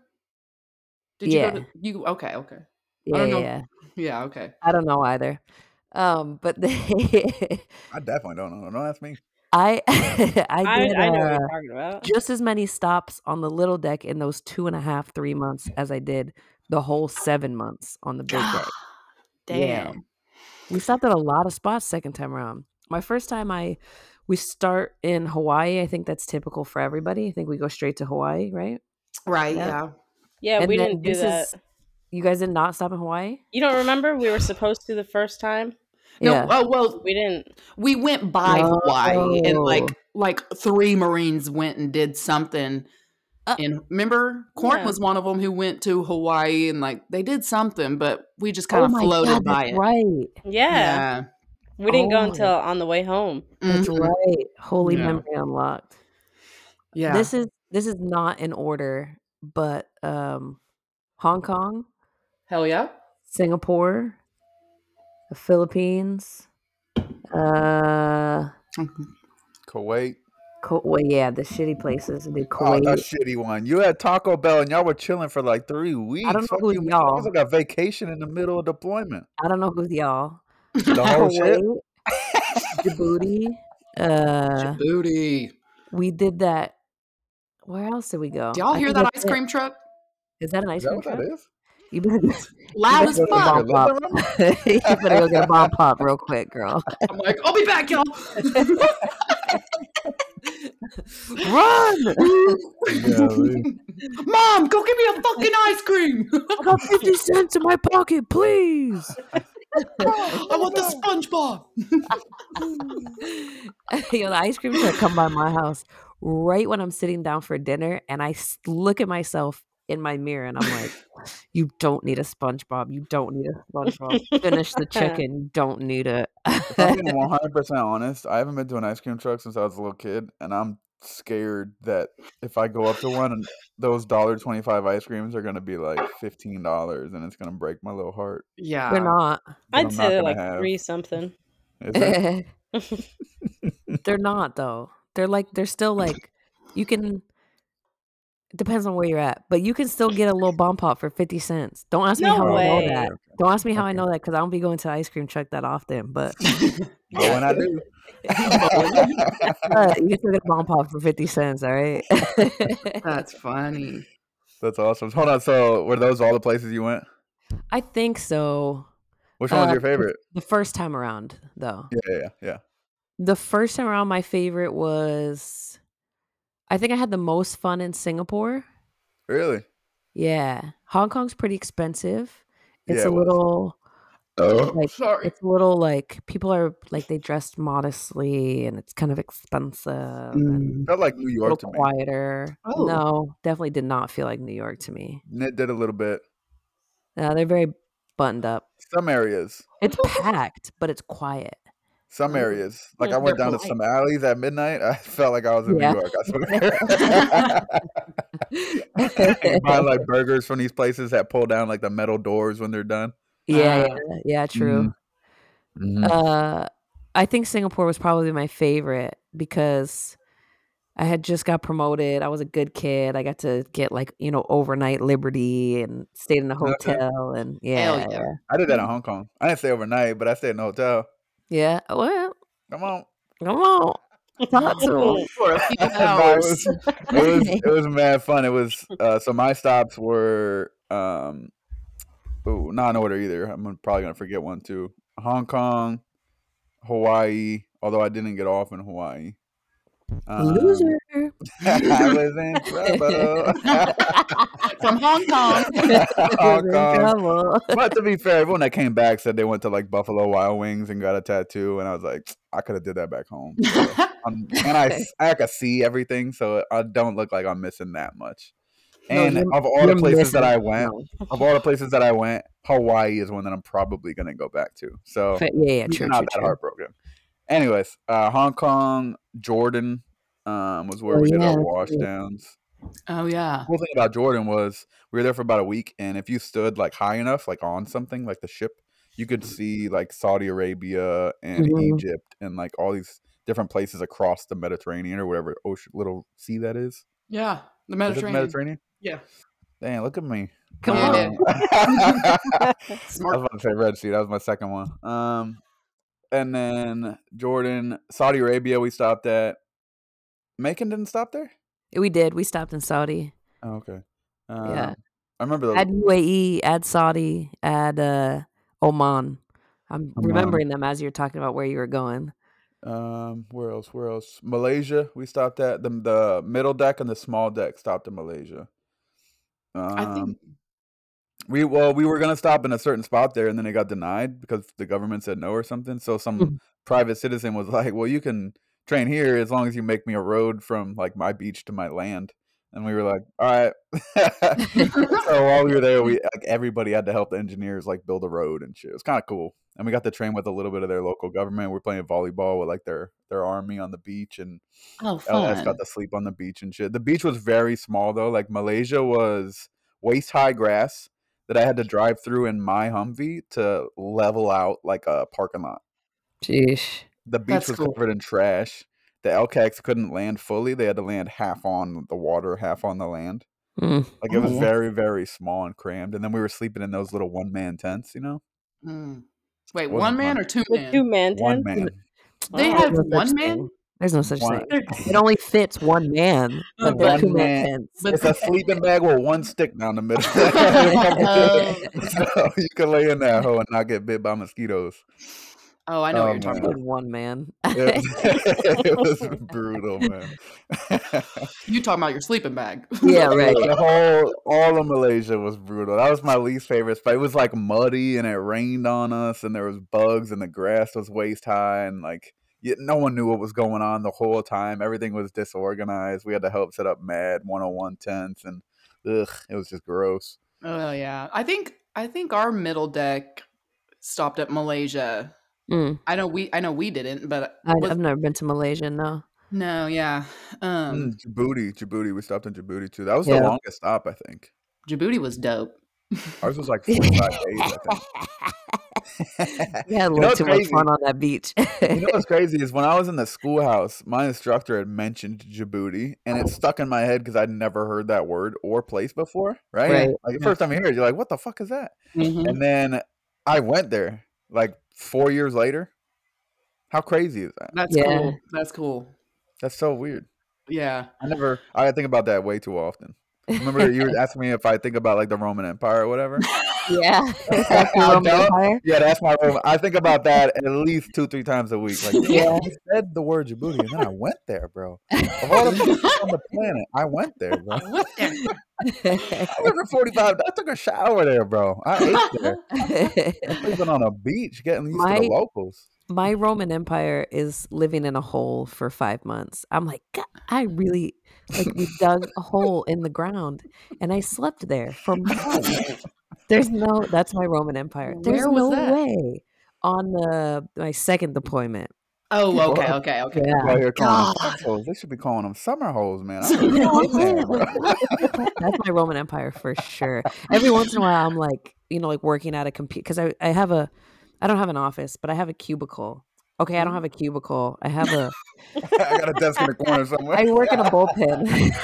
S1: Did you go
S3: Yeah,
S1: to you? Okay, okay. I
S3: yeah,
S1: don't know.
S3: yeah.
S1: Yeah, okay.
S3: I don't know either. Um, but they [laughs]
S2: I definitely don't know. Don't ask me.
S3: I [laughs] I
S4: I,
S3: did
S4: I know what
S3: uh,
S4: you're talking about.
S3: just as many stops on the little deck in those two and a half three months as I did the whole seven months on the
S1: [gasps]
S3: big
S4: [gasps]
S3: deck.
S1: Damn.
S3: We stopped at a lot of spots second time around. My first time I we start in Hawaii. I think that's typical for everybody. I think we go straight to Hawaii, right?
S1: Right.
S3: Yeah.
S1: Yeah.
S4: Yeah, we
S3: then
S4: didn't do
S3: this
S4: that.
S3: is- you guys did not stop in Hawaii?
S4: you don't remember? We were supposed to the first time.
S1: No.
S3: yeah.
S1: Oh well,
S4: We didn't.
S1: we went by Hawaii and like
S3: No.
S1: like three Marines went and did something.
S3: Uh,
S1: and remember, Corn
S4: yeah.
S1: was one of them who went to Hawaii and like they did something, but we just kind of floated by
S3: Oh that's
S1: it.
S3: right.
S4: Yeah,
S1: Yeah.
S4: we didn't go
S3: Oh my-
S4: until on the way home.
S3: That's
S1: Mhm.
S3: right. Holy
S1: Yeah.
S3: memory unlocked.
S1: Yeah.
S3: This is this is not in order, but um Hong Kong,
S1: Hell yeah.
S3: Singapore, the Philippines, uh
S2: Kuwait.
S3: Ku- well, yeah, the shitty places. The
S2: Oh, that
S3: Kuwait.
S2: shitty one. You had Taco Bell and y'all were chilling for like three weeks.
S3: know
S2: Fuck
S3: who's
S2: you, man. That
S3: y'all.
S2: was like a vacation in the middle of
S3: [laughs]
S2: deployment.
S3: I don't know who's y'all.
S2: The whole Oh, shit.
S3: Kuwait, Djibouti. Uh,
S1: Djibouti.
S3: we did that. Where else did we go?
S1: Do y'all
S3: I
S1: hear
S3: think
S1: that ice
S3: that's it.
S1: cream truck?
S3: Is that an
S2: Is
S3: ice
S2: that
S3: cream
S2: what
S3: truck?
S2: that is?
S3: You better, [laughs] you
S1: Loud
S3: better
S1: as
S3: go get a
S1: fuck.
S3: bomb pop.
S2: Let [laughs] them-
S3: you better go get a bomb pop real quick, girl.
S1: I'm like, I'll be back,
S3: [laughs]
S1: y'all.
S3: Run! [laughs]
S2: Golly.
S1: Mom, go get me a fucking ice
S3: [laughs]
S1: cream. [laughs]
S3: I got fifty cents in my pocket, please. [laughs]
S1: I want the SpongeBob.
S3: Yo, the ice cream truck come by my house right when I'm sitting down for dinner, and I s- look at myself in my mirror, and I'm
S4: [laughs]
S3: like, "You don't need a SpongeBob. You don't need a SpongeBob. Finish
S4: [laughs]
S3: the chicken. You don't need it."
S2: If I'm being 100% honest, I haven't been to an ice cream truck since I was a little kid, and I'm scared that if I go up to one, those $1.25 ice creams are going to be like $15 and it's going to break my little heart.
S1: Yeah.
S3: [laughs] They're not.
S2: that
S4: I'd
S2: I'm
S4: say
S2: not
S4: they're
S2: gonna
S4: like
S2: have.
S4: three something.
S2: Is it?
S3: they're [laughs] not though. They're like they're still like you can. It depends on where you're at, but you can still get a little bomb pop for fifty cents. Don't ask me
S4: [laughs] No
S3: how I know
S4: way.
S3: that. Don't ask me how I
S2: "Oh, Okay.
S3: know that because I don't be going to the ice cream truck that often. But
S2: But when I
S4: [laughs]
S2: do, [laughs]
S3: uh, you can still get a bomb pop for fifty cents. All right.
S1: [laughs] That's funny.
S2: that's awesome. Hold on. So were those all the places you went?
S3: [laughs] I think so.
S2: Which one was
S3: Uh,
S2: your favorite?
S3: The first time around, though,
S2: Yeah, yeah, yeah.
S3: the first time around, my favorite was. I think I had the most fun in Singapore.
S2: Really?
S3: Yeah, Hong Kong's pretty expensive. It's
S2: Yeah,
S3: a
S2: it was.
S3: little
S2: Oh,
S3: like
S1: Sorry.
S3: it's a little like people are like they dress modestly and it's kind of expensive and
S2: felt like New
S3: a little
S2: York to me.
S3: quieter.
S1: Oh.
S3: No, definitely did not feel like New York to me.
S2: And It did a little bit.
S3: No, they're very buttoned up.
S2: Some areas, [laughs]
S3: It's packed, but it's quiet.
S2: some
S4: Mm.
S2: areas. Like I
S1: They're
S2: went down to some alleys at midnight. I [laughs] felt like I was in
S3: Yeah.
S2: New York. I swear. [laughs] you buy like burgers from these places that pull down like the metal doors when they're done.
S3: [laughs] yeah,
S1: Ah.
S3: yeah, yeah, true.
S2: Mm-hmm.
S3: Uh, I think Singapore was probably my favorite because I had just got promoted. I was a good kid. I got to get like you know overnight liberty and stayed in a
S2: Okay.
S3: hotel and
S1: Hell
S3: yeah,
S1: yeah.
S2: I did that in Hong Kong. I didn't stay overnight, but I stayed in a hotel.
S3: yeah. Well,
S2: Come on.
S3: come on,
S4: [laughs]
S3: talk to 'em.
S1: For a [laughs] few
S2: No, it
S1: hours.
S2: was-
S3: [laughs]
S2: it was it was mad fun. It was uh, so my stops were um ooh, not in order either. I'm gonna- probably gonna forget one too. Hong Kong, Hawaii. Although I didn't get off in Hawaii. Um,
S3: loser.
S2: [laughs] I was in
S3: [laughs]
S2: trouble. [laughs]
S1: From Hong Kong.
S3: [laughs]
S2: Hong Kong.
S3: trouble.
S2: But to be fair, everyone that came back said they went to like Buffalo Wild Wings and got a tattoo, and I was like, I could have did that back home. So,
S3: [laughs]
S2: um, and I s- I could see everything, so I don't look like I'm missing that much.
S3: No,
S2: And
S3: you're-
S2: of all the
S3: you're
S2: places that
S3: missing
S2: I went,
S3: no.
S2: of all the places that I went, Hawaii is one that I'm probably gonna go back to. So
S3: Fa- Yeah, yeah,
S2: you're
S3: true,
S2: not
S3: true,
S2: that
S3: true.
S2: heartbroken. Anyways, uh, Hong Kong, Jordan um, was where
S3: Oh,
S2: we did
S3: yeah,
S2: our
S3: that's right.
S2: washdowns
S1: [laughs] Oh yeah.
S2: cool thing about Jordan was we were there for about a week, and if you stood like high enough, like on something, like the ship, you could see like Saudi Arabia and
S3: Mhm.
S2: Egypt and like all these different places across the Mediterranean or whatever ocean little sea that is.
S1: Yeah. The
S2: Is it the
S1: Mediterranean.
S2: Mediterranean?
S1: Yeah.
S2: Dang, look at me.
S3: Come [laughs]
S1: Yeah.
S2: Um, [laughs] I
S1: Smart.
S2: was about to say Red Sea. That was my second one. Um, and then Jordan, Saudi Arabia. We stopped at. Macon didn't stop there.
S3: We did. We stopped in Saudi.
S2: Oh, okay.
S3: Yeah.
S2: Um, I remember those.
S3: Add UAE, add Saudi, add uh, Oman. I'm remembering them as you're talking about where you were going.
S2: Um, where else? Where else? Malaysia. We stopped at the the middle deck and the small deck stopped in Malaysia. Um,
S1: I think
S2: we well we were gonna stop in a certain spot there and then it got denied because the government said no or something. So
S3: Hmm.
S1: Mm-hmm.
S2: some private citizen was [laughs] like, "Well, you can train here as long as you make me a road from like my beach to my land." And we were like, "All right." [laughs] so while we were there, we like everybody had to help the engineers like build a road and shit. It was kind of cool. And we got to train with a little bit of their local government. We're playing volleyball with like their their army on the beach and
S1: oh
S2: LS
S1: fun.
S2: got to sleep on the beach and shit. The beach was very small though. Like Malaysia was waist high grass that I had to drive through in my Humvee to level out like a parking lot.
S3: Jeez.
S2: The beach
S1: That's
S2: was
S1: cool.
S2: covered in trash. The LCAX couldn't land fully. They had to land half on the water, half on the land.
S3: Mm.
S2: Like it was
S1: Oh, wow.
S2: very, very small and crammed. And then we were sleeping in those little one man tents, you know?
S1: Mm. Wait,
S2: It
S1: one
S2: wasn't
S1: man or
S2: fun.
S1: two
S4: The
S1: men?
S4: two man
S2: One
S4: tent.
S2: man.
S1: They
S4: Wow.
S1: have
S3: There's no such
S1: one man.
S3: thing. There's no such
S2: One,
S3: thing. It only fits one man,
S1: Uh,
S3: like the
S1: but
S3: two
S2: one
S3: man
S2: man.
S3: tents.
S1: but [laughs]
S2: It's a sleeping bag with one stick down the middle. [laughs]
S1: oh,
S2: so you can lay in that hole and not get bit by mosquitoes.
S1: oh, I know what
S2: Oh,
S1: you're talking
S2: man.
S1: about.
S3: Said one man.
S1: [laughs]
S2: It, [laughs] it was brutal, man. [laughs]
S1: You talking about your sleeping bag? [laughs]
S3: yeah, right.
S2: The whole all of Malaysia was brutal. That was my least favorite spot. It was like muddy and it rained on us and there was bugs and the grass was waist high and like y no one knew what was going on the whole time. Everything was disorganized. We had to help set up mad 101 tents and ugh, it was just gross.
S1: oh yeah, I think I think our middle deck stopped at Malaysia.
S3: Mm.
S1: I know we I know we didn't, but
S3: I,
S1: was,
S3: I've never been to Malaysia. No.
S1: no, yeah. Um,
S2: Mm, Djibouti, Djibouti. We stopped in Djibouti too. That was
S3: Yeah.
S2: the longest stop, I think.
S1: Djibouti was dope.
S2: Ours was like 45 days, I think.
S3: [laughs] We had a
S2: you know
S3: little
S2: what's
S3: too much
S2: crazy?
S3: fun on that beach.
S2: You know what's crazy is when I was in the schoolhouse, my instructor had mentioned Djibouti, and it stuck in my head because I'd never heard that word or place before. Right?
S1: Yeah,
S3: right.
S2: Like the
S1: yeah.
S2: first time you hear it, you're like, "What the fuck is that?"
S1: Mhm.
S2: And then I went there like four years later. How crazy is that?
S1: That's
S3: Yeah.
S1: cool. That's cool.
S2: That's so weird.
S1: Yeah.
S2: I never. I think about that way too often. Remember, you were asking me if I think about like the Roman Empire or whatever.
S3: Yeah. That's
S2: [laughs]
S3: your
S2: I
S3: Roman
S2: don't.
S3: Empire.
S2: Yeah, that's my room. I think about that at least two, three times a
S3: [laughs]
S2: week. Like, you know
S3: Yeah.
S2: what? They said the word Djibouti, and then I went there,
S3: [laughs]
S2: bro. Of all the places on the planet, I went there, bro. I
S1: What the?
S2: was in 45. I took a shower there, bro. I ate
S3: [laughs]
S2: there. Sleeping on a beach, getting used to the
S3: My
S2: locals.
S3: my Roman Empire is living in a hole for five months. I'm like, God, I really like we dug a hole in the ground and I slept there
S1: [laughs]
S3: for months. There's no that's my Roman Empire. There's
S1: Where was
S3: no
S1: that?
S3: way on the my second deployment.
S1: Oh,
S2: People
S1: okay,
S2: out,
S1: okay, okay.
S2: people out
S3: Yeah.
S2: here calling them
S1: God.
S2: sex holes. They should be calling them summer holes, man.
S3: [laughs]
S2: I
S1: [laughs]
S2: would have
S3: No, I'm
S2: been
S3: saying
S2: there,
S3: like [laughs]
S2: bro. [laughs]
S3: what the fuck? That's my Roman Empire for sure. Every once in a while, I'm like, you know, like working at a computer because I, I have a, I don't have an office, but I have a cubicle. Okay, I
S1: Mm-hmm.
S3: don't have a cubicle. I have a,
S2: I got a desk in the corner somewhere.
S3: I work in a
S2: [laughs] Okay,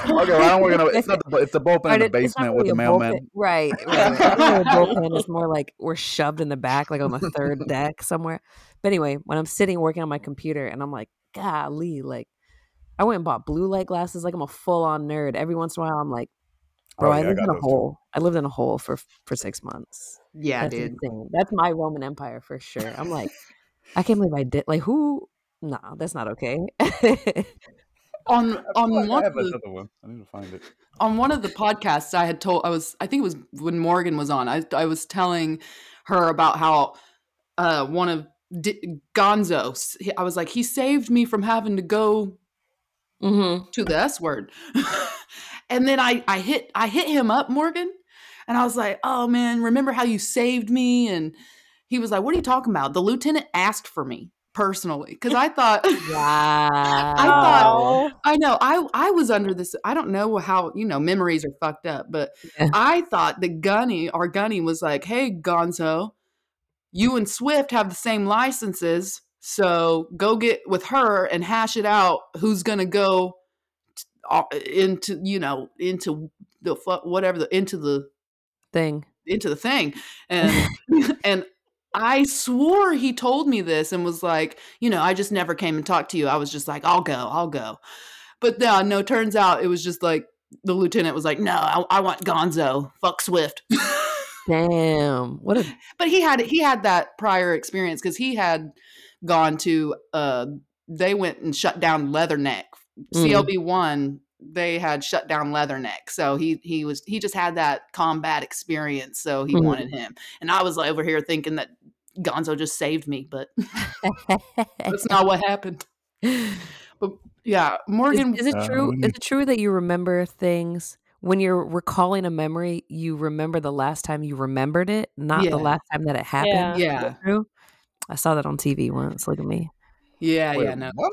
S2: well, I don't work in a.
S3: bullpen.
S2: It's not the. bu- It's the bullpen in
S3: Or
S2: the
S3: it- it's not
S2: basement with
S3: really
S2: the
S3: a bullpen,
S2: mailman. [laughs]
S3: right? Right. It's not really a bullpen. [laughs] It's more like we're shoved in the back, like on the
S2: [laughs]
S3: third deck somewhere. But anyway, when I'm sitting working on my computer, and I'm like, golly, like I went and bought blue light glasses. Like I'm a full on nerd. Every once in a while, I'm like,
S2: oh
S3: bro, I
S2: yeah, I
S3: lived
S2: got
S3: in a
S2: those too.
S3: hole. I lived in a hole for for six months.
S1: Yeah,
S3: That's
S1: dude.
S3: insane. That's my Roman Empire for sure. I'm like, I can't believe I did. Like, who? Nah, that's not okay. [laughs]
S1: Mm-hmm. On
S2: I feel
S1: on
S2: like I
S1: one
S2: have
S1: of the
S2: another one. I need to find it.
S1: on one of the podcasts I had told I was I think it was when Morgan was on. I I was telling her about how uh one of D- Gonzo s- he- I was like he saved me from having to go
S3: mm-hmm.
S1: to the S word. [laughs] and then I I hit I hit him up Morgan and I was like, "Oh man, remember how you saved me?" and he was like, "What are you talking about? The lieutenant asked for me personally cuz I
S2: [laughs]
S1: thought I thought
S3: Wow.
S4: Oh.
S1: I know. I I was under this. I don't know how you know memories are fucked up, but
S3: Yeah.
S1: I thought that Gunny, our Gunny, was like, "Hey, Gonzo, you and Swift have the same licenses, so go get with her and hash it out. Who's gonna go uh, into you know into the fu- whatever the into the
S3: Thing.
S1: into the thing [laughs] and and I swore he told me this and was like, you know, I just never came and talked to you. I was just like, I'll go, I'll go. But no, no, turns out it was just like the lieutenant was like, no, I, I want Gonzo. Fuck Swift.
S3: Damn. What a
S1: but he had he had that prior experience because he had gone to uh they went and shut down Leatherneck.
S3: Mm.
S1: CLB one, they had shut down Leatherneck. So he he was he just had that combat experience. So he
S3: Mhm.
S1: wanted him. And I was like over here thinking that Gonzo just saved me,
S3: [laughs]
S1: but that's not what happened. But yeah, Morgan
S3: is, is it
S2: Uh,
S3: true?
S2: we
S3: Is
S2: need-
S3: it true that you remember things when you're recalling a memory? You remember the last time you remembered it, not
S1: Yeah.
S3: the last time that it happened.
S4: Yeah.
S3: Is that
S1: Yeah.
S3: true. I saw that on TV once. Look at me.
S1: Yeah,
S2: Wait,
S1: yeah, no.
S2: what?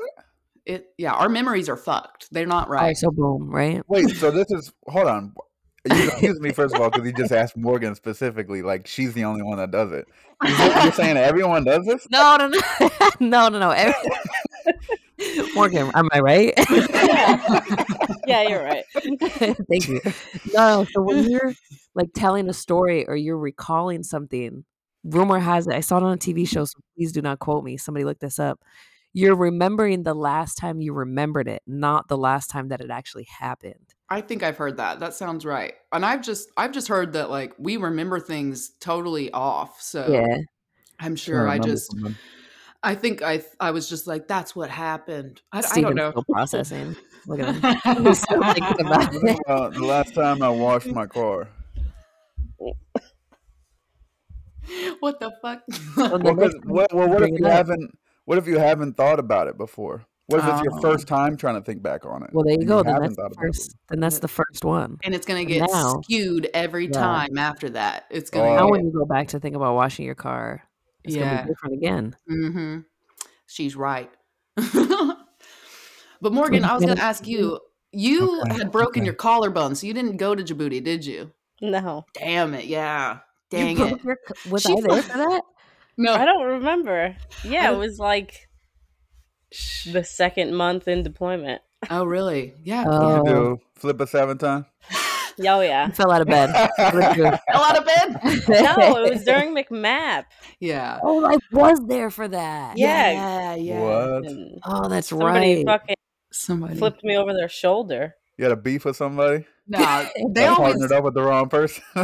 S1: It yeah, our memories are fucked. They're not
S3: All
S1: right.
S3: right, so boom, right?
S2: Wait, so this is hold on. You confused me first of all because you just asked Morgan specifically. Like she's the only one that does it. Is it-
S3: [laughs]
S2: You're saying everyone does this?
S3: No, no, no, [laughs] no, no, no. Every- [laughs] Morgan, am I right?
S4: Yeah. [laughs] Yeah, you're right.
S3: [laughs] Thank you. No, so when
S1: [laughs]
S3: you're like telling a story or you're recalling something, rumor has it, I saw it on a TV show, so please do not quote me. Somebody look this up. You're remembering the last time you remembered it, not the last time that it actually happened.
S1: I think I've heard that. That sounds right. And I've just I've just heard that like we remember things totally off. So
S3: Yeah.
S1: I'm
S2: Trying to
S1: sure I
S2: remember
S1: just
S2: something.
S1: I think I I was just like that's what happened. I, I don't
S3: Steven's
S1: know.
S3: still processing. Look at
S1: [laughs]
S3: him. He's still thinking about
S2: What
S3: it.
S2: about the last time I washed my car?
S1: what the
S3: [laughs]
S1: fuck?
S3: So the
S2: Well, because
S3: next time
S2: well, well,
S3: you
S2: what if
S3: bring it
S2: you
S3: up,
S2: haven't? What if you haven't thought about it before? What if it's your
S1: Oh.
S2: first time trying to think back on it?
S3: Um. well, there you
S2: and You
S3: go. Then
S2: haven't
S3: that's the
S2: thought about it.
S3: first. Then that's the first one.
S1: [laughs] and it's gonna
S3: So
S1: get
S3: now,
S1: skewed every
S3: yeah.
S1: time after that. It's gonna
S3: Now,
S2: Oh.
S1: get
S3: when you go back to think about washing your car, it's gonna be
S1: yeah.
S3: different again.
S1: Mm-hmm. She's right. [laughs] but Morgan,
S3: Would
S1: I
S3: you
S1: was
S3: get
S1: gonna
S3: it?
S1: ask you. You
S2: Okay.
S1: had broken
S2: Okay.
S1: your collarbone, so you didn't go to Djibouti, did you?
S4: No.
S1: Damn it! Yeah.
S3: You
S1: Dang
S3: broke
S1: it.
S3: [laughs] your. c- Was
S1: She
S3: I there
S1: fu-
S3: for that?
S1: no.
S4: I don't remember.
S1: I
S4: Yeah, it
S1: don't-
S4: was like the second month in deployment.
S1: Oh, really? Yeah.
S2: What'd
S1: Yeah.
S2: you
S3: Oh,
S2: do? Flip a seven time?
S4: Oh yeah.
S3: I fell out of bed.
S2: [laughs]
S3: What a goof.
S1: Fell out of bed.
S4: No,
S1: [laughs]
S3: [laughs]
S4: it was during McMap.
S1: Yeah.
S3: oh, I was there for that.
S4: Yeah.
S1: Yeah. Yeah.
S2: what?
S4: And
S3: Oh, that's
S4: somebody
S3: right.
S4: fucking
S1: Somebody.
S4: flipped me over their shoulder.
S2: You had a beef with somebody?
S1: No, they
S2: Got
S1: always
S2: partnered up with the wrong person? [laughs]
S1: [laughs]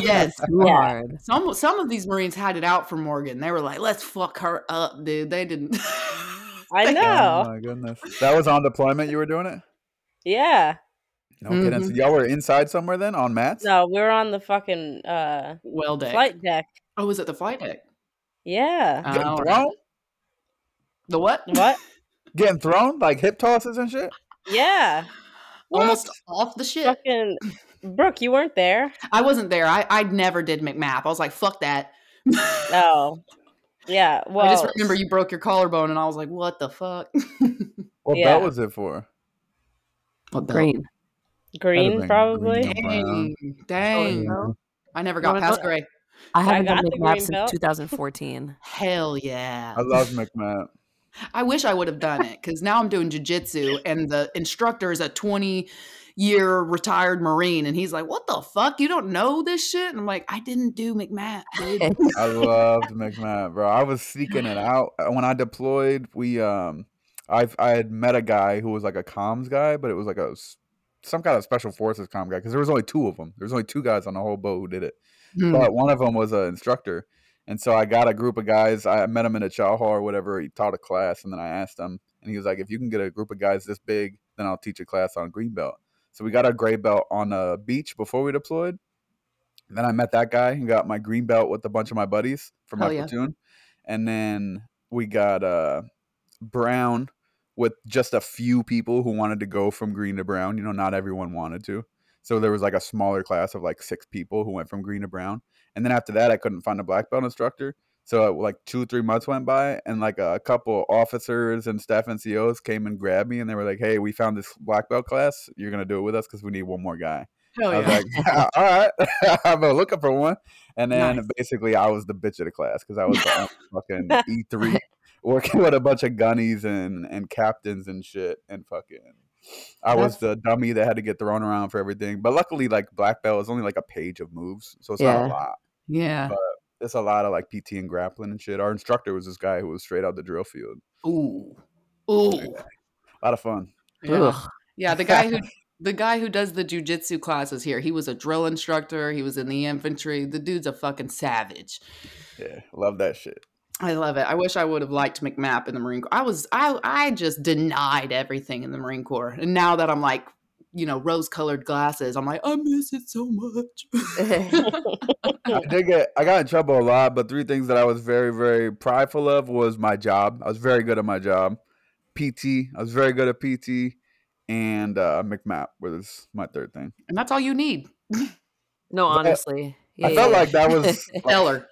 S1: yes.
S3: Too
S4: Yeah.
S3: hard.
S1: Some some of these Marines had it out for Morgan. They were like, "Let's fuck her up, dude." They didn't. [laughs]
S4: I
S2: oh
S4: know.
S2: my goodness. That was on deployment you were doing it?
S4: Yeah.
S2: No kidding. So y'all were inside somewhere then on mats?
S4: No, we were on the fucking uh
S1: well deck.
S4: flight deck.
S1: Oh, was it the flight deck?
S3: Uh,
S4: Yeah.
S1: Oh,
S2: Getting
S1: all right.
S2: thrown?
S1: The what?
S4: What?
S2: Getting thrown? Like hip tosses and shit?
S3: [laughs]
S4: Yeah.
S1: Almost off the shit.
S4: Fucking Brooke, you weren't there.
S1: I wasn't there. I I never did McMap. I was like, "Fuck that." [laughs]
S4: Oh. Yeah. Well
S1: I just remember you broke your collarbone, and I was like, "What the fuck?" [laughs]
S2: What
S4: Yeah.
S2: belt was it for?
S1: What the-
S3: Green.
S2: Had to
S4: green
S2: been
S4: probably.
S2: green or brown.
S1: Dang,
S4: Oh,
S1: dang.
S3: Yeah.
S1: I never
S3: You
S1: got
S3: wanna go
S1: past
S3: there?
S1: gray.
S3: I
S4: I
S3: haven't done
S4: got the
S3: McNabb
S4: green
S3: since
S4: belt. [laughs]
S3: 2014.
S1: Hell yeah.
S2: I love McMahon.
S1: [laughs] I wish I would have done it because now I'm doing jujitsu, and the instructor is a 20 year retired Marine, and he's like, "What the fuck? You don't know this shit?" And I'm like, "I didn't do McMath,
S3: [laughs]
S1: dude."
S2: I loved McMahon, bro. I was seeking it out Uh, when I deployed. We um, I I had met a guy who was like a comms guy, but it was like a s- some kind of special forces comm guy because there was only two of them. There was only two guys on the whole boat who did it,
S1: Hmm.
S2: but one of them was an instructor. And so I got a group of guys. I met him in a Chahar or whatever. He taught a class, and then I asked him, and he was like, "If you can get a group of guys this big, then I'll teach a class on green belt." So we got our gray belt on a beach before we deployed. And then I met that guy and got my green belt with a bunch of my buddies from my
S1: Hell yeah.
S2: platoon. And then we got uh brown with just a few people who wanted to go from green to brown. You know, not everyone wanted to. So there was like a smaller class of like six people who went from green to brown. And then after that I couldn't find a black belt instructor. So uh, like two, three months went by and like a couple officers and staff NCOs came and grabbed me and they were like, Hey, we found this black belt class. You're gonna do it with us because we need one more guy.
S1: Hell
S2: I was
S1: Oh, yeah.
S2: like, "Yeah, all right, [laughs] I've been looking for one. And then
S1: Nice.
S2: basically, I was the bitch of the class because I was the
S1: [laughs]
S2: only fucking E three working with a bunch of gunnies and and captains and shit and fucking. I was
S1: That's
S2: the dummy that had to get thrown around for everything. But luckily, like black belt is only like a page of moves, so it's not
S3: Yeah.
S2: a lot.
S1: yeah.
S2: it's a lot of like PT and grappling and shit. Our instructor was this guy who was straight out the drill field.
S1: Ooh. Ooh.
S2: A lot of fun.
S1: Yeah. yeah, the guy who the guy who does the jujitsu classes here, he was a drill instructor. He was in the infantry. The dude's a fucking savage.
S2: Yeah, love that shit.
S1: I love it. I wish I would have liked McMap in the Marine Corps. I was I I just denied everything in the Marine Corps. And now that I'm like, you know, rose colored glasses, I'm like, I miss it so much. [laughs]
S2: I did get I got in trouble a lot, but three things that I was very, very prideful of was my job. I was very good at my job. PT, I was very good at PT and uh McMap was my third thing.
S1: and that's all you need.
S3: No,
S2: But-
S3: honestly. Yeah,
S2: I felt like that was like,
S1: Stellar.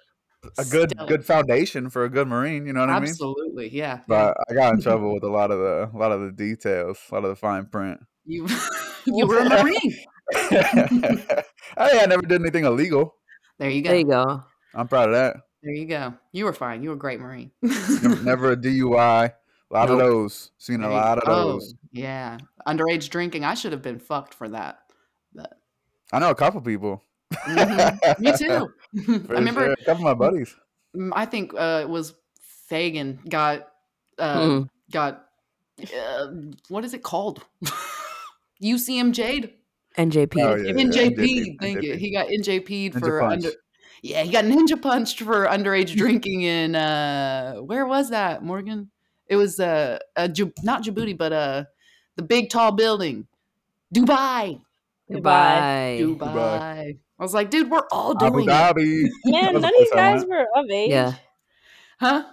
S2: a good
S1: Stellar.
S2: good foundation for a good Marine, you know what I mean?
S1: Absolutely. Yeah.
S2: But I got in trouble with a lot of the a lot of the details, a lot of the fine print. [laughs]
S1: You [laughs] you were a Marine.
S2: I, I never did anything illegal.
S1: There you go.
S3: There you go.
S2: I'm proud of that.
S1: There you go. You were fine. You were a great Marine. [laughs]
S2: Never, never a DUI. A lot of
S1: Nope.
S2: those. Seen
S1: There
S2: a
S1: you
S2: lot of
S1: go.
S2: those.
S1: Oh, Yeah. Underage drinking. I should have been fucked for
S2: [laughs]
S1: that. But
S2: I know a couple people.
S1: Mhm. me
S2: [laughs]
S1: too. [laughs]
S2: For
S1: I remember
S2: sure. a couple of my
S1: [laughs]
S2: buddies.
S1: mm, I think uh, it was Fagan got uh,
S3: Mm.
S1: got uh, what is it called? [laughs] UCMJ'd?
S3: NJP.
S2: Oh, yeah, yeah,
S1: NJP,
S2: NJP,
S1: thank you.
S2: NJP.
S1: He got NJP'd
S2: Ninja
S1: for
S2: Punch.
S1: under Yeah, he got ninja punched for underage drinking in uh where was that, Morgan? It was uh, uh Ju- not Djibouti, but uh the big tall building. Dubai.
S3: Goodbye.
S1: Dubai. I was like, dude, we're all
S2: Abu
S1: doing it.
S2: Dhabi.
S4: Man,
S2: That was
S4: none of
S2: the
S4: you
S2: place I
S4: guys
S2: went.
S4: were of age.
S3: Yeah.
S1: Huh?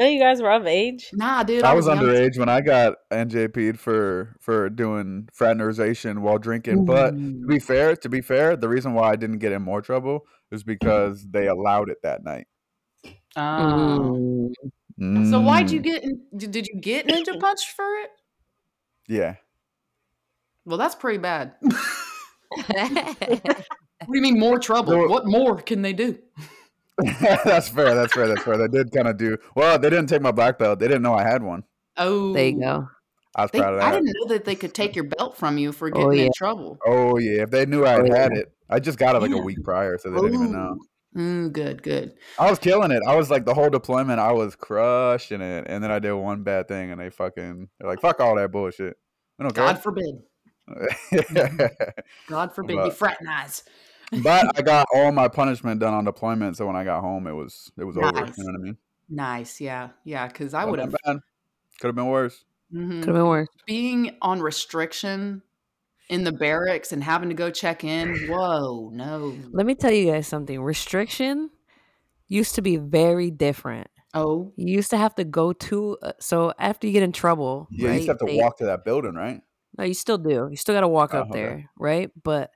S4: None of you guys were of age.
S1: Nah, dude.
S2: I was
S1: young.
S2: underage when I got NJP'd for for doing fraternization while
S1: Mm-hmm.
S2: drinking.
S3: Mm-hmm.
S2: But to
S1: Ooh.
S2: be fair, to be fair, the reason why I didn't get in more trouble is because they allowed it that night.
S1: Oh.
S4: [laughs]
S3: Mm.
S1: So why'd you
S2: Mm,
S1: get? in- Did did you get [laughs] ninja punched for it?
S2: Yeah. [laughs]
S1: Well, that's pretty [laughs] bad. What do you mean more trouble?
S2: No.
S1: What more can they do?
S2: that's fair. That's fair. That's fair. They did kind of do well. They didn't take my black belt. They didn't know I had one.
S1: Oh,
S3: there you go.
S2: I was
S1: They,
S2: proud of
S1: I
S2: that.
S1: didn't know that they could take your belt from you for getting
S3: Oh, yeah.
S1: in trouble.
S2: Oh yeah, if they knew I had
S3: Oh,
S2: had it, I just got it like
S1: Yeah.
S2: a week prior, so they didn't even know.
S1: Ooh. Mm, good, good.
S2: I was killing it. I was like the whole deployment, I was crushing it, and then I did one bad thing, and they fucking they're like, "Fuck all that bullshit." I don't
S1: God
S2: care.
S1: forbid. God forbid you
S2: But-
S1: fraternize.
S2: [laughs] but I got all my punishment done on deployment, so when I got home, it was it was over.
S1: Nice.
S2: You know what I mean?
S1: Nice, yeah, yeah. Because I would have
S2: Could have been worse.
S1: mhm.
S3: Could have been worse.
S1: being on restriction in the barracks and having to go check in. Whoa, no.
S3: Let me tell you guys something. Restriction used to be very different.
S1: Oh,
S3: You used to have to go to. Uh, so after you get in trouble,
S2: Yeah, you
S3: right?
S2: just have to
S3: they-
S2: walk to that building, right?
S3: No, you still do. You still got to walk
S2: Oh,
S3: up
S2: okay.
S3: there, right? But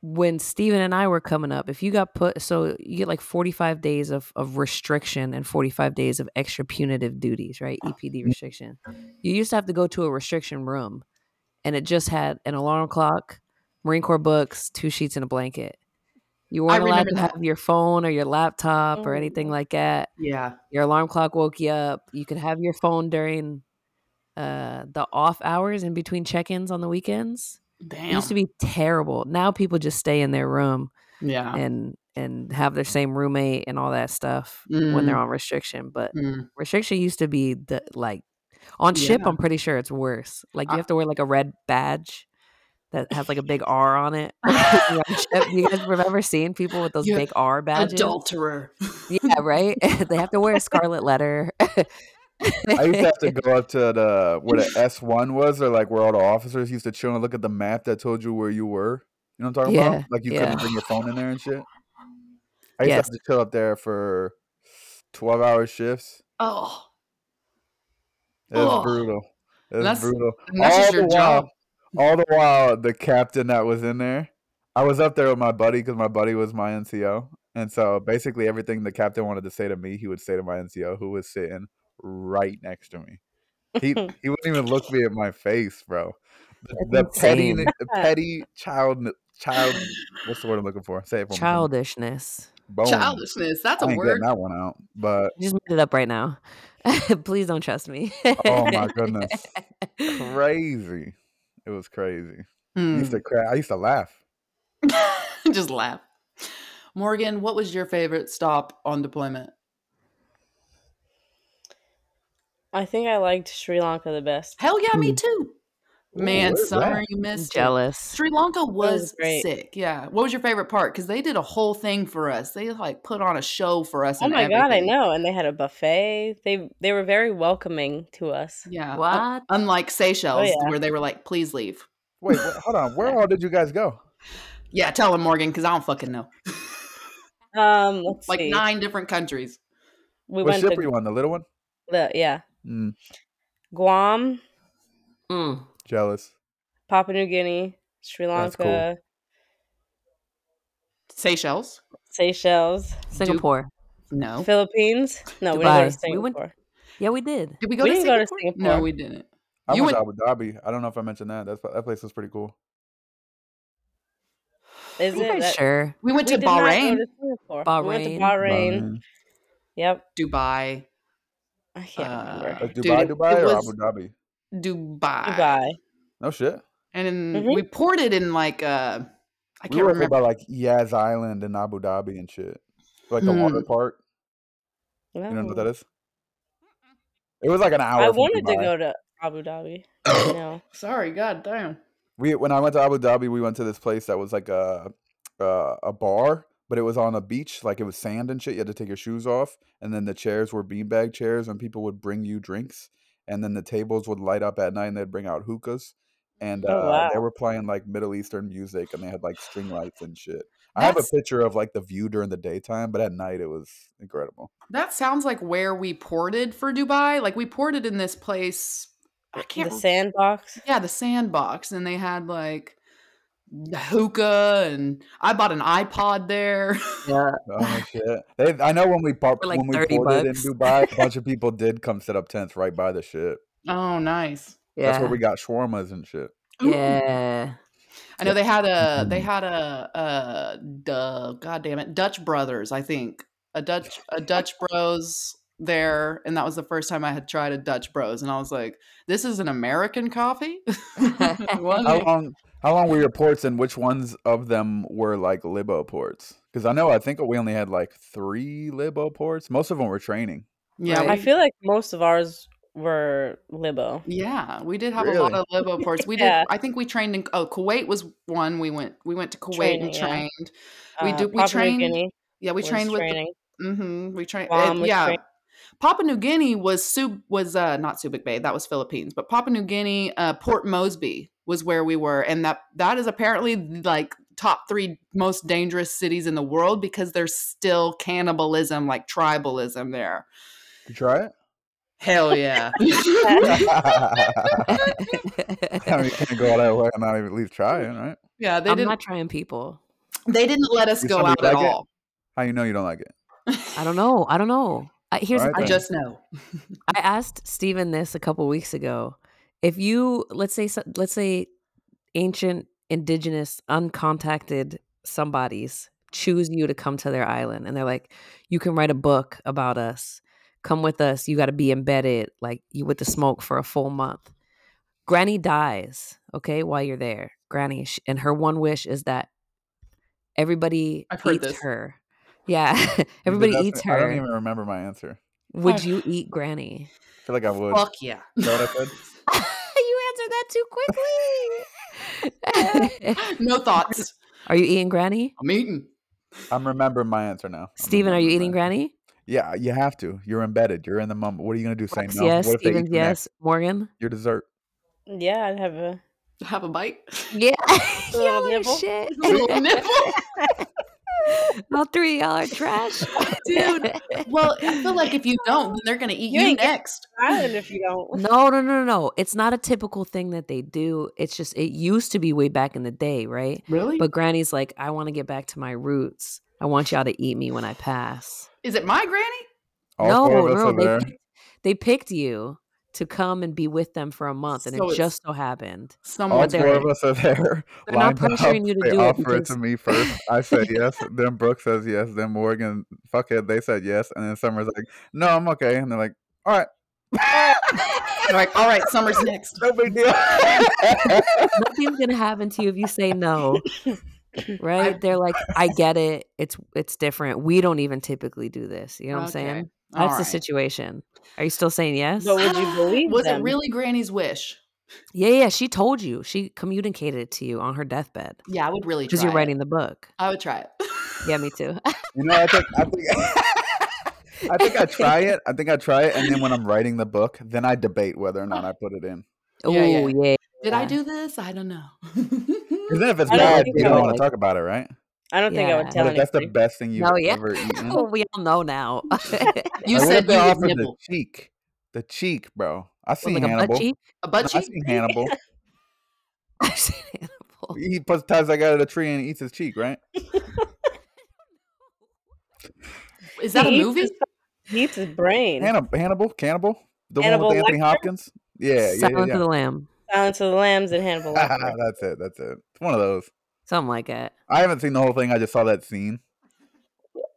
S3: when Steven and I were coming up, if you got put, so you get like 45 days of, of restriction and 45 days of extra punitive duties, right?
S1: Ah.
S3: EPD restriction. You used to have to go to a restriction room and it just had an alarm clock, Marine Corps books, two sheets, and a blanket. You weren't allowed
S1: remember
S3: to
S1: that. Mm-hmm.
S3: have your phone or your laptop or
S4: Mm.
S3: anything like that
S1: yeah.
S3: your alarm clock woke you up you could have your phone during uh the off hours in between check-ins on the weekends
S1: Damn.
S3: it used to be terrible now people just stay in their room
S1: yeah.
S3: and and have their same roommate and all that stuff when they're
S1: Mm.
S3: on restriction but
S1: Mm.
S3: restriction used to be the like on ship i'm pretty sure it's worse like you
S1: I-
S3: have to wear like a red badge that has like
S1: [laughs]
S3: a big r on it [laughs] on ship. you guys remember seeing people with those
S1: Yeah.
S3: big r badges
S1: Adulterer.
S3: yeah, right. [laughs] they have to wear a scarlet letter.
S2: I used to have
S3: [laughs]
S2: to [laughs] go up to the where the S one was, or like where all the officers used to chill and look at the map that told you where you were. You know what I'm talking
S3: Yeah,
S2: about? Like you
S3: yeah.
S2: couldn't bring your phone in there and shit. I used
S3: Yes.
S2: to have to chill up there for twelve hour shifts.
S1: Oh,
S2: It was
S3: Oh,
S1: Ugh.
S2: brutal. It was
S1: That's-
S2: brutal.
S1: and that's just your job.
S2: While, all the while, the captain that was in there, I was up there with my buddy because my buddy was my NCO, and so basically everything the captain wanted to say to me, he would say to my NCO, who was sitting right next to me.
S1: [laughs]
S2: He he wouldn't even look me in my face, bro. The, the
S3: That's
S2: petty,
S3: insane.
S1: [laughs]
S2: the petty child, child. What's the word I'm looking for? Say it for me, Tony.
S3: Childishness.
S2: Boom.
S1: Childishness. That's
S2: Oh, I
S1: a
S2: ain't getting
S1: word.
S2: that one out, but
S3: I just made it up right now. [laughs] Please don't trust me. [laughs]
S2: oh my
S1: [laughs]
S2: goodness, crazy! It
S1: Hmm. [laughs]
S2: was crazy. used to [laughs] cry. I used to laugh.
S1: Just Hmm. laugh. Morgan, what was your favorite stop on deployment?
S4: I think I liked Sri Lanka the best.
S1: Hell yeah, me too.
S2: Ooh,
S1: Man,
S2: where's
S1: summer
S2: that?
S1: you missed. it.
S3: Jealous.
S1: Sri Lanka was,
S4: great.
S1: sick. Yeah. What was your favorite part? Because they did a whole thing for us. They like put on a show for us.
S4: Oh
S1: and
S4: my god, I
S1: everything.
S4: know. And they had a buffet. They they were very welcoming to us.
S2: uh,
S1: Yeah. un-
S3: What?
S1: unlike Seychelles,
S4: Oh, yeah.
S1: where they were like, "Please leave."
S2: Wait, wh- hold on. Where all did you guys go?
S1: Yeah, tell him Morgan, because I don't fucking know.
S4: Um, let's
S1: like
S4: see.
S1: nine different countries.
S4: we
S2: What
S4: went
S2: ship
S4: to
S2: were you on? The little one?
S4: the, yeah
S2: Mm,
S4: Guam,
S3: Mm.
S2: jealous.
S4: Papua New Guinea, Sri
S2: That's cool.
S4: Lanka,
S1: Seychelles?
S4: Seychelles,
S3: Singapore.
S1: No.
S4: Philippines. No, we didn't go to
S3: Dubai. We
S4: Singapore.
S3: went- Yeah, we did.
S1: Did we go,
S4: We
S1: to,
S4: didn't go
S1: Singapore?
S4: to
S1: No,
S4: Singapore.
S1: we didn't.
S2: I
S1: You
S2: went to Abu Dhabi. I don't know if I mentioned that. That's that place was pretty cool.
S4: Is
S3: Are you
S4: it
S3: guys
S4: that-
S3: sure?
S1: We went
S4: We
S1: to
S4: did not go
S1: Bahrain,
S4: to Singapore. We went to
S3: Bahrain.
S4: Bahrain.
S2: Bahrain.
S4: Yep.
S1: Dubai.
S4: I can't
S1: Uh,
S4: remember.
S2: mm, Like
S1: Dude,
S2: Dubai,
S1: it-
S2: Dubai,
S1: it
S2: or
S1: was-
S2: Abu Dhabi?
S1: Dubai.
S4: Dubai.
S2: No shit.
S1: And then
S4: Mhm.
S1: we ported in like uh I
S2: we
S1: can't
S2: were over
S1: remember.
S2: by like Yaz Island and Abu Dhabi and shit, like the water park. You know what that is? It was like an hour.
S4: Oh. I
S2: from
S4: wanted to
S2: Dubai.
S4: go to Abu Dhabi.
S2: [coughs]
S4: no.
S1: Sorry, god damn.
S2: We when I went to Abu Dhabi, we went to this place that was like a uh, a bar, but it was on a beach, like it was sand and shit. You had to take your shoes off, and then the chairs were beanbag chairs, and people would bring you drinks, and then the tables would light up at night, and they'd bring out hookahs, and uh,
S4: Oh,
S2: they
S4: wow.
S2: were playing like Middle Eastern music, and they had like string lights and shit. I have a
S1: That's-
S2: picture of like the view during the daytime, but at night it was incredible.
S1: That sounds like where we ported for Dubai. Like we ported in this place I can't
S4: The sandbox.
S1: Yeah, the sandbox, and they had like hookah, and I bought an iPod there. [laughs]
S3: Yeah.
S2: Oh shit! They, I know when we part,
S3: For, like,
S2: when we
S3: 30
S2: ported
S3: bucks.
S2: in Dubai, a bunch of people did come set up tents right by the shit.
S1: oh, nice.
S3: Yeah.
S2: That's where we got shawarmas and shit.
S1: Ooh.
S3: [laughs] Yeah.
S1: I know they had a they
S2: Mhm.
S1: had a uh duh, god damn it Dutch brothers I think a Dutch a Dutch bros there and that was the first time I had tried a Dutch bros and I was like this is an American coffee [laughs] One
S2: How
S1: day-
S2: long? How long were your ports, and which ones of them were like libo ports? Because I know I think we only had like three libo ports. Most of them were training.
S1: yeah
S3: Right.
S1: we-
S4: I feel like most of ours were Libo.
S1: yeah we did have a lot
S2: Really?
S1: of
S4: [laughs]
S1: libo ports we did
S4: Yeah.
S1: I think we trained in oh Kuwait was one we went we went to Kuwait and
S4: Training, yeah.
S1: trained We
S4: uh,
S1: do- we
S4: Papua
S1: trained-
S4: New Guinea
S1: yeah we
S4: was
S1: trained with the
S4: training.
S1: Mm-hmm. We train.
S4: Guam was
S1: yeah.
S4: train-
S1: Papua New Guinea was Sub was uh not Subic Bay that was Philippines but Papua New Guinea uh Port Mosby was where we were and that that is apparently like top 3 most dangerous cities in the world because there's still cannibalism like tribalism there.
S2: Did you try [laughs]
S3: [laughs]
S2: it?
S1: Hell yeah.
S2: [laughs] I mean, you
S3: I'm
S2: can't go all that way and not even at least try it, right?
S1: [laughs] yeah, they didn't
S3: not trying people.
S1: they didn't let us
S2: You
S1: go
S2: said you
S1: out at
S2: like it?
S1: all.
S2: How you know you don't like it?
S3: I don't know. I don't know. I, here's
S2: Alright
S3: the
S1: I
S3: thing.
S2: then.
S1: just know.
S3: I asked Steven this a couple weeks ago. If you let's say so- let's say ancient indigenous uncontacted somebodies choose you to come to their island and they're like you can write a book about us. Come with us. You got to be embedded like you with the smoke for a full month. Granny dies, okay, while you're there. Granny sh- and her one wish is that everybody
S1: I've heard
S3: eats
S1: this.
S3: her. Yeah,
S2: You
S3: [laughs]
S2: did
S3: everybody
S2: that
S3: eats
S2: to- I
S3: her.
S2: don't even remember my answer.
S3: Would you eat Granny?
S2: I feel like I would.
S1: Fuck yeah.
S2: Is that what I said?
S3: [laughs] you answered that too quickly.
S1: [laughs] no [laughs] thoughts.
S3: [laughs] are you eating Granny?
S1: I'm eating.
S2: I'm remembering my answer now. I'm
S3: Steven, are you
S2: remembering my
S3: eating
S2: answer.
S3: Granny?
S2: Yeah, you have to. You're embedded. You're in the moment. What are you gonna do? Say
S3: Rex,
S2: no?
S3: yes.
S2: What if they eat
S3: Steven's,
S2: you
S3: yes.
S2: next?
S3: Morgan?
S2: Your dessert.
S4: yeah, I'd
S1: [gasps]
S4: have a.
S1: Have a bite.
S3: Yeah. [laughs]
S4: Little
S3: y'all
S4: nibble.
S1: [laughs]
S3: are shit.
S1: Little nipple.
S3: [laughs] All three of y'all are trash.
S1: [laughs]
S3: [laughs]
S1: Dude, Well, I feel like if you don't, then they're gonna eat
S4: You
S1: you,
S4: ain't get-
S1: next.
S4: Island if you don't.
S3: No, no, no, no. It's not a typical thing that they do. It's just, it used to be way back in the day, right?
S1: Really?
S3: But Granny's like, I want to get back to my roots. I want y'all to eat me when I pass.
S1: Is it my granny?
S2: All
S3: no,
S2: four of us
S3: no,
S2: are
S3: they
S2: there.
S3: picked, they picked you to come and be with them for a month, and
S1: So
S3: it
S1: it's-
S3: just so happened.
S1: Someone
S2: All
S3: But
S1: was
S3: they're-
S2: four of us are there.
S3: they're not
S2: lined up.
S3: pressuring you to
S2: They
S3: do it
S2: offer it
S3: because-
S2: to me first. I say yes. Then Brooke says yes. Then Morgan, fuck it, they said yes. And then Summer's like, no, I'm okay. And they're like, all
S3: [laughs]
S2: right,
S1: They're like,
S2: [laughs]
S3: "Oh,
S1: all right, summer's next.
S2: no big deal.
S1: [laughs]
S3: Nothing's gonna happen to you if you say no. right? They're like, I get it. It's it's different. We don't even typically do this. You know what I'm
S1: Okay.
S3: saying?
S1: All
S3: That's the
S1: right.
S3: situation. Are you still saying yes?
S4: But
S3: [gasps]
S4: would you believe
S1: Was
S4: them?
S1: it really Granny's wish?
S3: yeah, yeah. She told you. She communicated it to you on her deathbed
S1: Yeah, I would really try.
S3: because you're
S1: it.
S3: writing the book.
S1: I would try it.
S3: Yeah, me too. [laughs]
S2: You know, I think [laughs] I think I think
S3: [laughs]
S2: I try it. I think I try it, and then when I'm writing the book, then I debate whether or not I put it in.
S3: oh
S1: Yeah, yeah.
S3: yeah.
S1: [laughs] Did I
S3: Yeah.
S1: do this? I don't know.
S2: 'Cause then if it's
S4: I don't
S2: bad,
S4: think
S2: you
S4: I
S2: don't
S4: would
S2: want
S3: like-
S2: to talk about it, right?
S4: I don't think I
S3: Yeah.
S4: would
S2: But
S4: tell
S2: if that's the
S4: anybody.
S2: best thing you've
S3: No, yeah.
S2: ever eaten,
S1: Mm-hmm.
S3: Well, [laughs] we all know now.
S1: you
S2: Like, what if
S1: said [laughs]
S2: they
S1: you would
S2: offered the
S1: nibble.
S2: cheek, the cheek, bro. I
S3: What,
S2: seen
S3: like a butt
S2: Hannibal. [laughs]
S3: cheek? [laughs]
S1: A
S2: No,
S1: butt
S2: I
S1: cheek?
S2: seen Hannibal.
S3: I said animal.
S2: He puts ties that guy to the tree and eats his cheek, right?
S1: Is that a
S4: He eats
S1: movie?
S4: his- He eats his brain.
S2: Hannibal, Hannibal, cannibal, the one
S4: Hannibal
S2: with Anthony
S4: Lecter?
S2: Hopkins. Yeah, yeah, [laughs] yeah.
S3: Silence of
S2: yeah.
S3: the Lamb.
S4: Silence of the Lambs and
S2: [laughs]
S4: Hannibal Lecter.
S2: that's it. That's it. It's one of those.
S3: Something like that.
S2: I haven't seen the whole thing. I just saw that scene,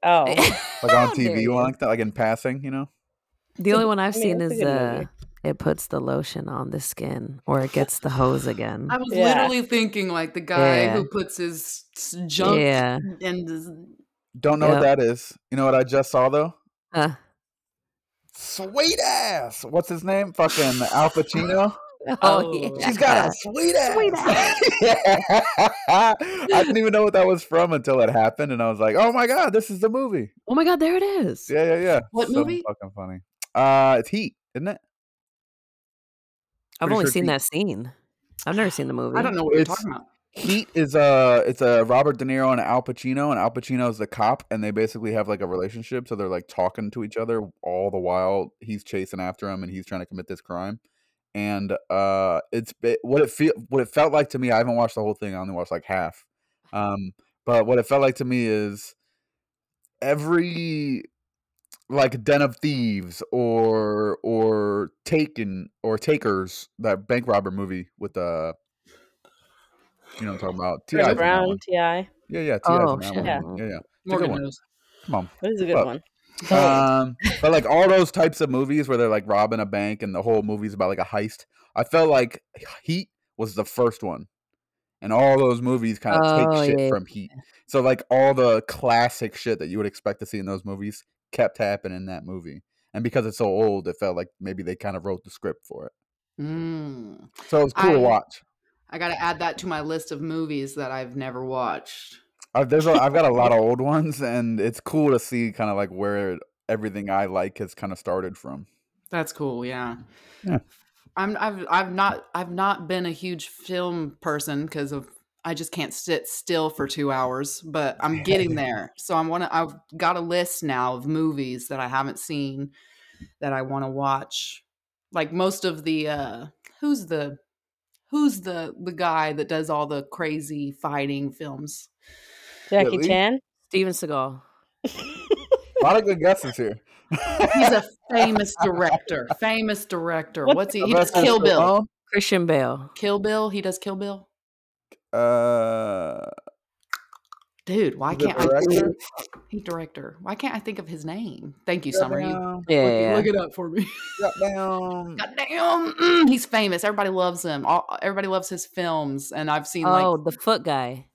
S4: oh,
S3: [laughs]
S2: like on
S3: There
S2: TV,
S3: you
S2: one
S3: go.
S2: like that, like in passing. You know,
S3: The only one I've
S4: I mean,
S3: seen
S4: that's a
S3: is
S4: good
S3: uh,
S4: movie.
S3: it puts the lotion on the skin, or it gets the hose again.
S1: I was
S4: Yeah.
S1: literally thinking like the guy
S3: Yeah.
S1: who puts his s- junk
S3: Yeah.
S1: and his,
S2: don't know what
S3: Yep.
S2: that is. You know what I just saw though?
S3: Huh.
S2: Sweet ass. What's his name? Fucking Al Pacino.
S3: oh,
S1: Oh.
S3: yeah.
S2: She's got a sweet ass. [laughs]
S3: Sweet ass.
S2: I didn't even know what that was from until it happened, and I was like, "Oh my god, this is the movie!"
S3: Oh my God, there it is.
S2: Yeah, yeah, yeah.
S1: What
S2: So
S1: movie?
S2: Fucking funny. Uh, it's Heat, isn't it?
S3: I've
S2: Pretty
S3: only
S2: sure
S3: seen
S2: Pete-
S3: that scene. I've never seen the movie.
S1: I don't know what you're
S2: It's-
S1: talking about.
S2: Heat is a it's a Robert De Niro and Al Pacino, and Al Pacino's the cop, and they basically have like a relationship, so they're like talking to each other all the while he's chasing after him, and he's trying to commit this crime. And uh, it's ba- what it feel what it felt like to me. I haven't watched the whole thing; I only watched like half. Um, but what it felt like to me is every like den of thieves or or taken or takers that bank robber movie with uh you know what I'm talking about T.I. 's
S4: Chris
S2: in that
S4: Brown,
S2: one.
S4: T.I.
S2: Yeah, yeah, T.I.'s
S3: Oh,
S2: in that
S3: shit.
S2: one.
S4: Yeah.
S2: Yeah, yeah. It's a
S1: Morgan
S2: good one.
S1: knows.
S2: Come on.
S4: What is a good
S2: Look.
S4: one?
S2: Um, but like all those types of movies where they're like robbing a bank and the whole movie's about like a heist. I felt like Heat was the first one, and all those movies kind of
S3: Oh,
S2: take shit
S3: yeah.
S2: from Heat. So like all the classic shit that you would expect to see in those movies kept happening in that movie, and because it's so old, it felt like maybe they kind of wrote the script for it.
S1: Mm.
S2: So it was cool to
S1: I-
S2: watch.
S1: I got to add that to my list of movies that I've never watched.
S2: Uh, there's a, I've got a
S1: [laughs]
S2: lot of old ones, and it's cool to see kind of like where everything I like has kind of started from.
S1: That's cool. Yeah.
S2: Yeah.
S1: I'm I've I've not I've not been a huge film person because of I just can't sit still for two hours, but I'm getting there. So I'm wanna I've got a list now of movies that I haven't seen that I want to watch. Like most of the uh who's the who's the the guy that does all the crazy fighting films?
S4: Jackie
S2: Lee?
S4: Chan.
S3: Steven Seagal.
S4: [laughs]
S2: A lot of good guesses here.
S1: He's a famous director. Famous director.
S4: What's
S1: What's he? He does
S2: Sylvester
S1: Kill
S3: Oh.
S1: Bill.
S2: Stallone,
S3: Christian Bale.
S1: Kill Bill. He does Kill Bill.
S2: Uh,
S1: Dude, why
S2: the
S1: can't I think
S2: director.
S1: He director. Why can't I think of his name? Thank you,
S2: Shut
S1: Summer. You
S2: down,
S3: Yeah.
S1: look,
S3: yeah,
S1: look
S3: yeah.
S1: it up for me. [laughs]
S2: shut down.
S1: Goddamn, mm, he's famous. Everybody loves him. All, everybody loves his films, and I've seen
S3: Oh,
S1: like.
S3: the foot guy.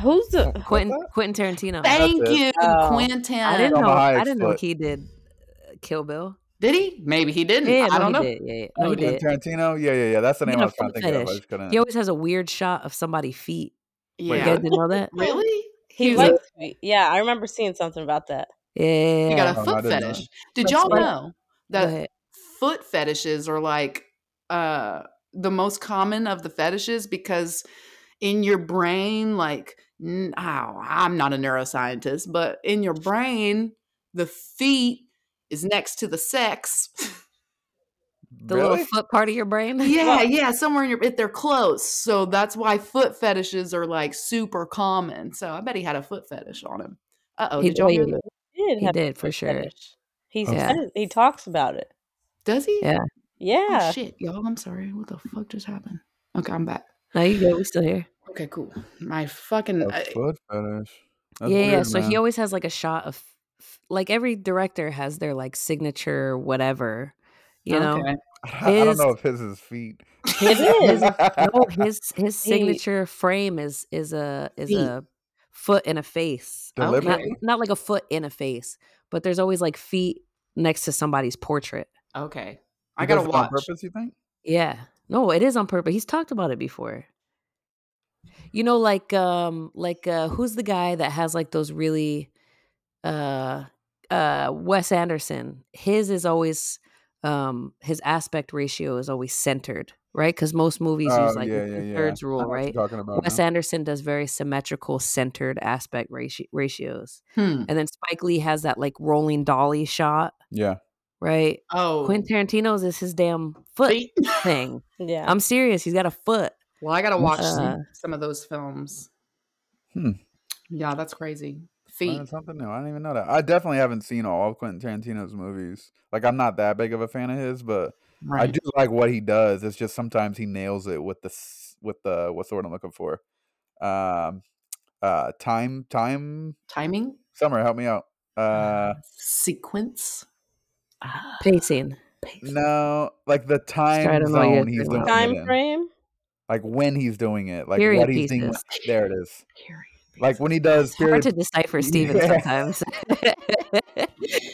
S4: Who's the?
S3: Quentin Quentin Tarantino.
S2: Thank
S1: Thank
S2: it.
S1: you,
S4: Oh.
S1: Quentin.
S3: I didn't
S2: Selma
S3: know. I
S2: Hayek's
S3: didn't know
S2: foot.
S3: he did uh, Kill Bill.
S1: Did he? Maybe he didn't.
S3: Yeah,
S1: Hmm, I don't
S3: no, he
S1: know.
S3: did. Yeah, yeah.
S2: Oh,
S3: no, he
S2: Quentin
S3: did.
S2: Tarantino. Yeah, yeah, yeah. That's the
S3: He
S2: name
S3: had
S2: I
S3: a
S2: was trying to
S3: foot
S2: think of. I
S3: fetish.
S2: just couldn't.
S3: He always has a weird shot of somebody' feet. You
S1: Yeah.
S3: guys didn't know that?
S1: Really?
S4: He
S1: He's a-
S4: likes. to be- Yeah, I remember seeing something about that.
S3: Yeah.
S1: He got a
S2: Oh, I
S1: foot
S2: did not.
S1: fetish. Did
S3: That's
S1: y'all
S3: funny.
S1: know
S3: Go
S1: that
S3: ahead.
S1: foot fetishes are like uh the most common of the fetishes because in your brain like n- ow, i'm not a neuroscientist but in your brain the feet is next to the
S3: [laughs]
S1: sex [laughs]
S3: The
S2: Really?
S3: little foot part of your [laughs] brain.
S1: yeah yeah somewhere in your if they're close so that's why foot fetishes are like super common so i bet he had a foot fetish on him uh-oh
S3: He-
S1: did y'all hear
S3: wait,
S1: that
S4: He did.
S3: He
S4: have a
S3: did, for
S4: foot
S3: sure.
S4: fetish. He
S2: Oh.
S3: Yeah.
S4: says- he talks about it.
S1: does he
S3: Yeah.
S1: oh
S4: Yeah.
S1: shit y'all i'm sorry what the fuck just happened okay i'm back
S3: No, you good. We still here.
S1: okay cool my fucking uh,
S2: A
S1: I-
S2: foot fetish. That's
S3: uh, yeah, yeah.
S2: weird,
S3: So he
S2: man.
S3: always has like a shot of, like every director has their like signature whatever, You know,
S1: Okay.
S2: I don't
S3: His-
S2: know if his is feet. [laughs]
S3: His-
S4: It is.
S3: no, his his
S4: Hey.
S3: signature frame is is a is
S1: Feet.
S3: a foot and a face. Not,
S2: Deliberately.
S3: not like a foot in a face, but there's always like feet next to somebody's portrait.
S1: Okay.
S2: He
S1: I gotta
S2: does it
S1: watch.
S2: on purpose. You think?
S3: Yeah. No, it is on purpose. He's talked about it before. You know, like um like uh who's the guy that has like those really uh uh Wes Anderson. His is always um his aspect ratio is always centered, right? Because most movies
S2: Oh,
S3: use like
S2: yeah,
S3: the
S2: yeah, yeah.
S3: thirds
S2: I
S3: rule,
S2: know what
S3: right?
S2: you're talking about.
S3: Wes
S2: now.
S3: Anderson does very symmetrical, centered aspect ratio- ratios.
S1: Hmm.
S3: And then Spike Lee has that like rolling dolly shot,
S2: Yeah.
S3: right?
S1: Oh,
S3: Quentin Tarantino's is his damn foot
S1: feet.
S3: thing.
S4: Yeah.
S3: I'm serious. He's got a foot.
S1: Well, I gotta watch
S3: Uh,
S1: some, some of those films.
S2: Hmm.
S1: Yeah, that's crazy.
S2: Learning
S1: Feet.
S2: something new. I didn't even know that. I definitely haven't seen all of Quentin Tarantino's movies. Like I'm not that big of a fan of his, but I
S1: Right.
S2: do like what he does. It's just sometimes he nails it with the s- with the what's the word I'm looking for? Um, uh, time, time,
S1: Timing.
S2: summer. Help me out. Uh,
S1: sequence. Ah,
S3: Pacing.
S1: pacing.
S2: no, like the
S3: I
S2: time
S3: don't know what you're
S2: zone he's
S3: talking
S2: doing
S3: about.
S2: it
S4: Time
S2: in.
S4: frame.
S2: like when he's doing it, like
S3: Period
S2: what he's doing.
S3: pieces.
S2: There it is.
S1: Period.
S2: Like when he does
S3: [laughs] It's hard
S2: period.
S3: to decipher Steven
S2: Yeah.
S3: sometimes. [laughs]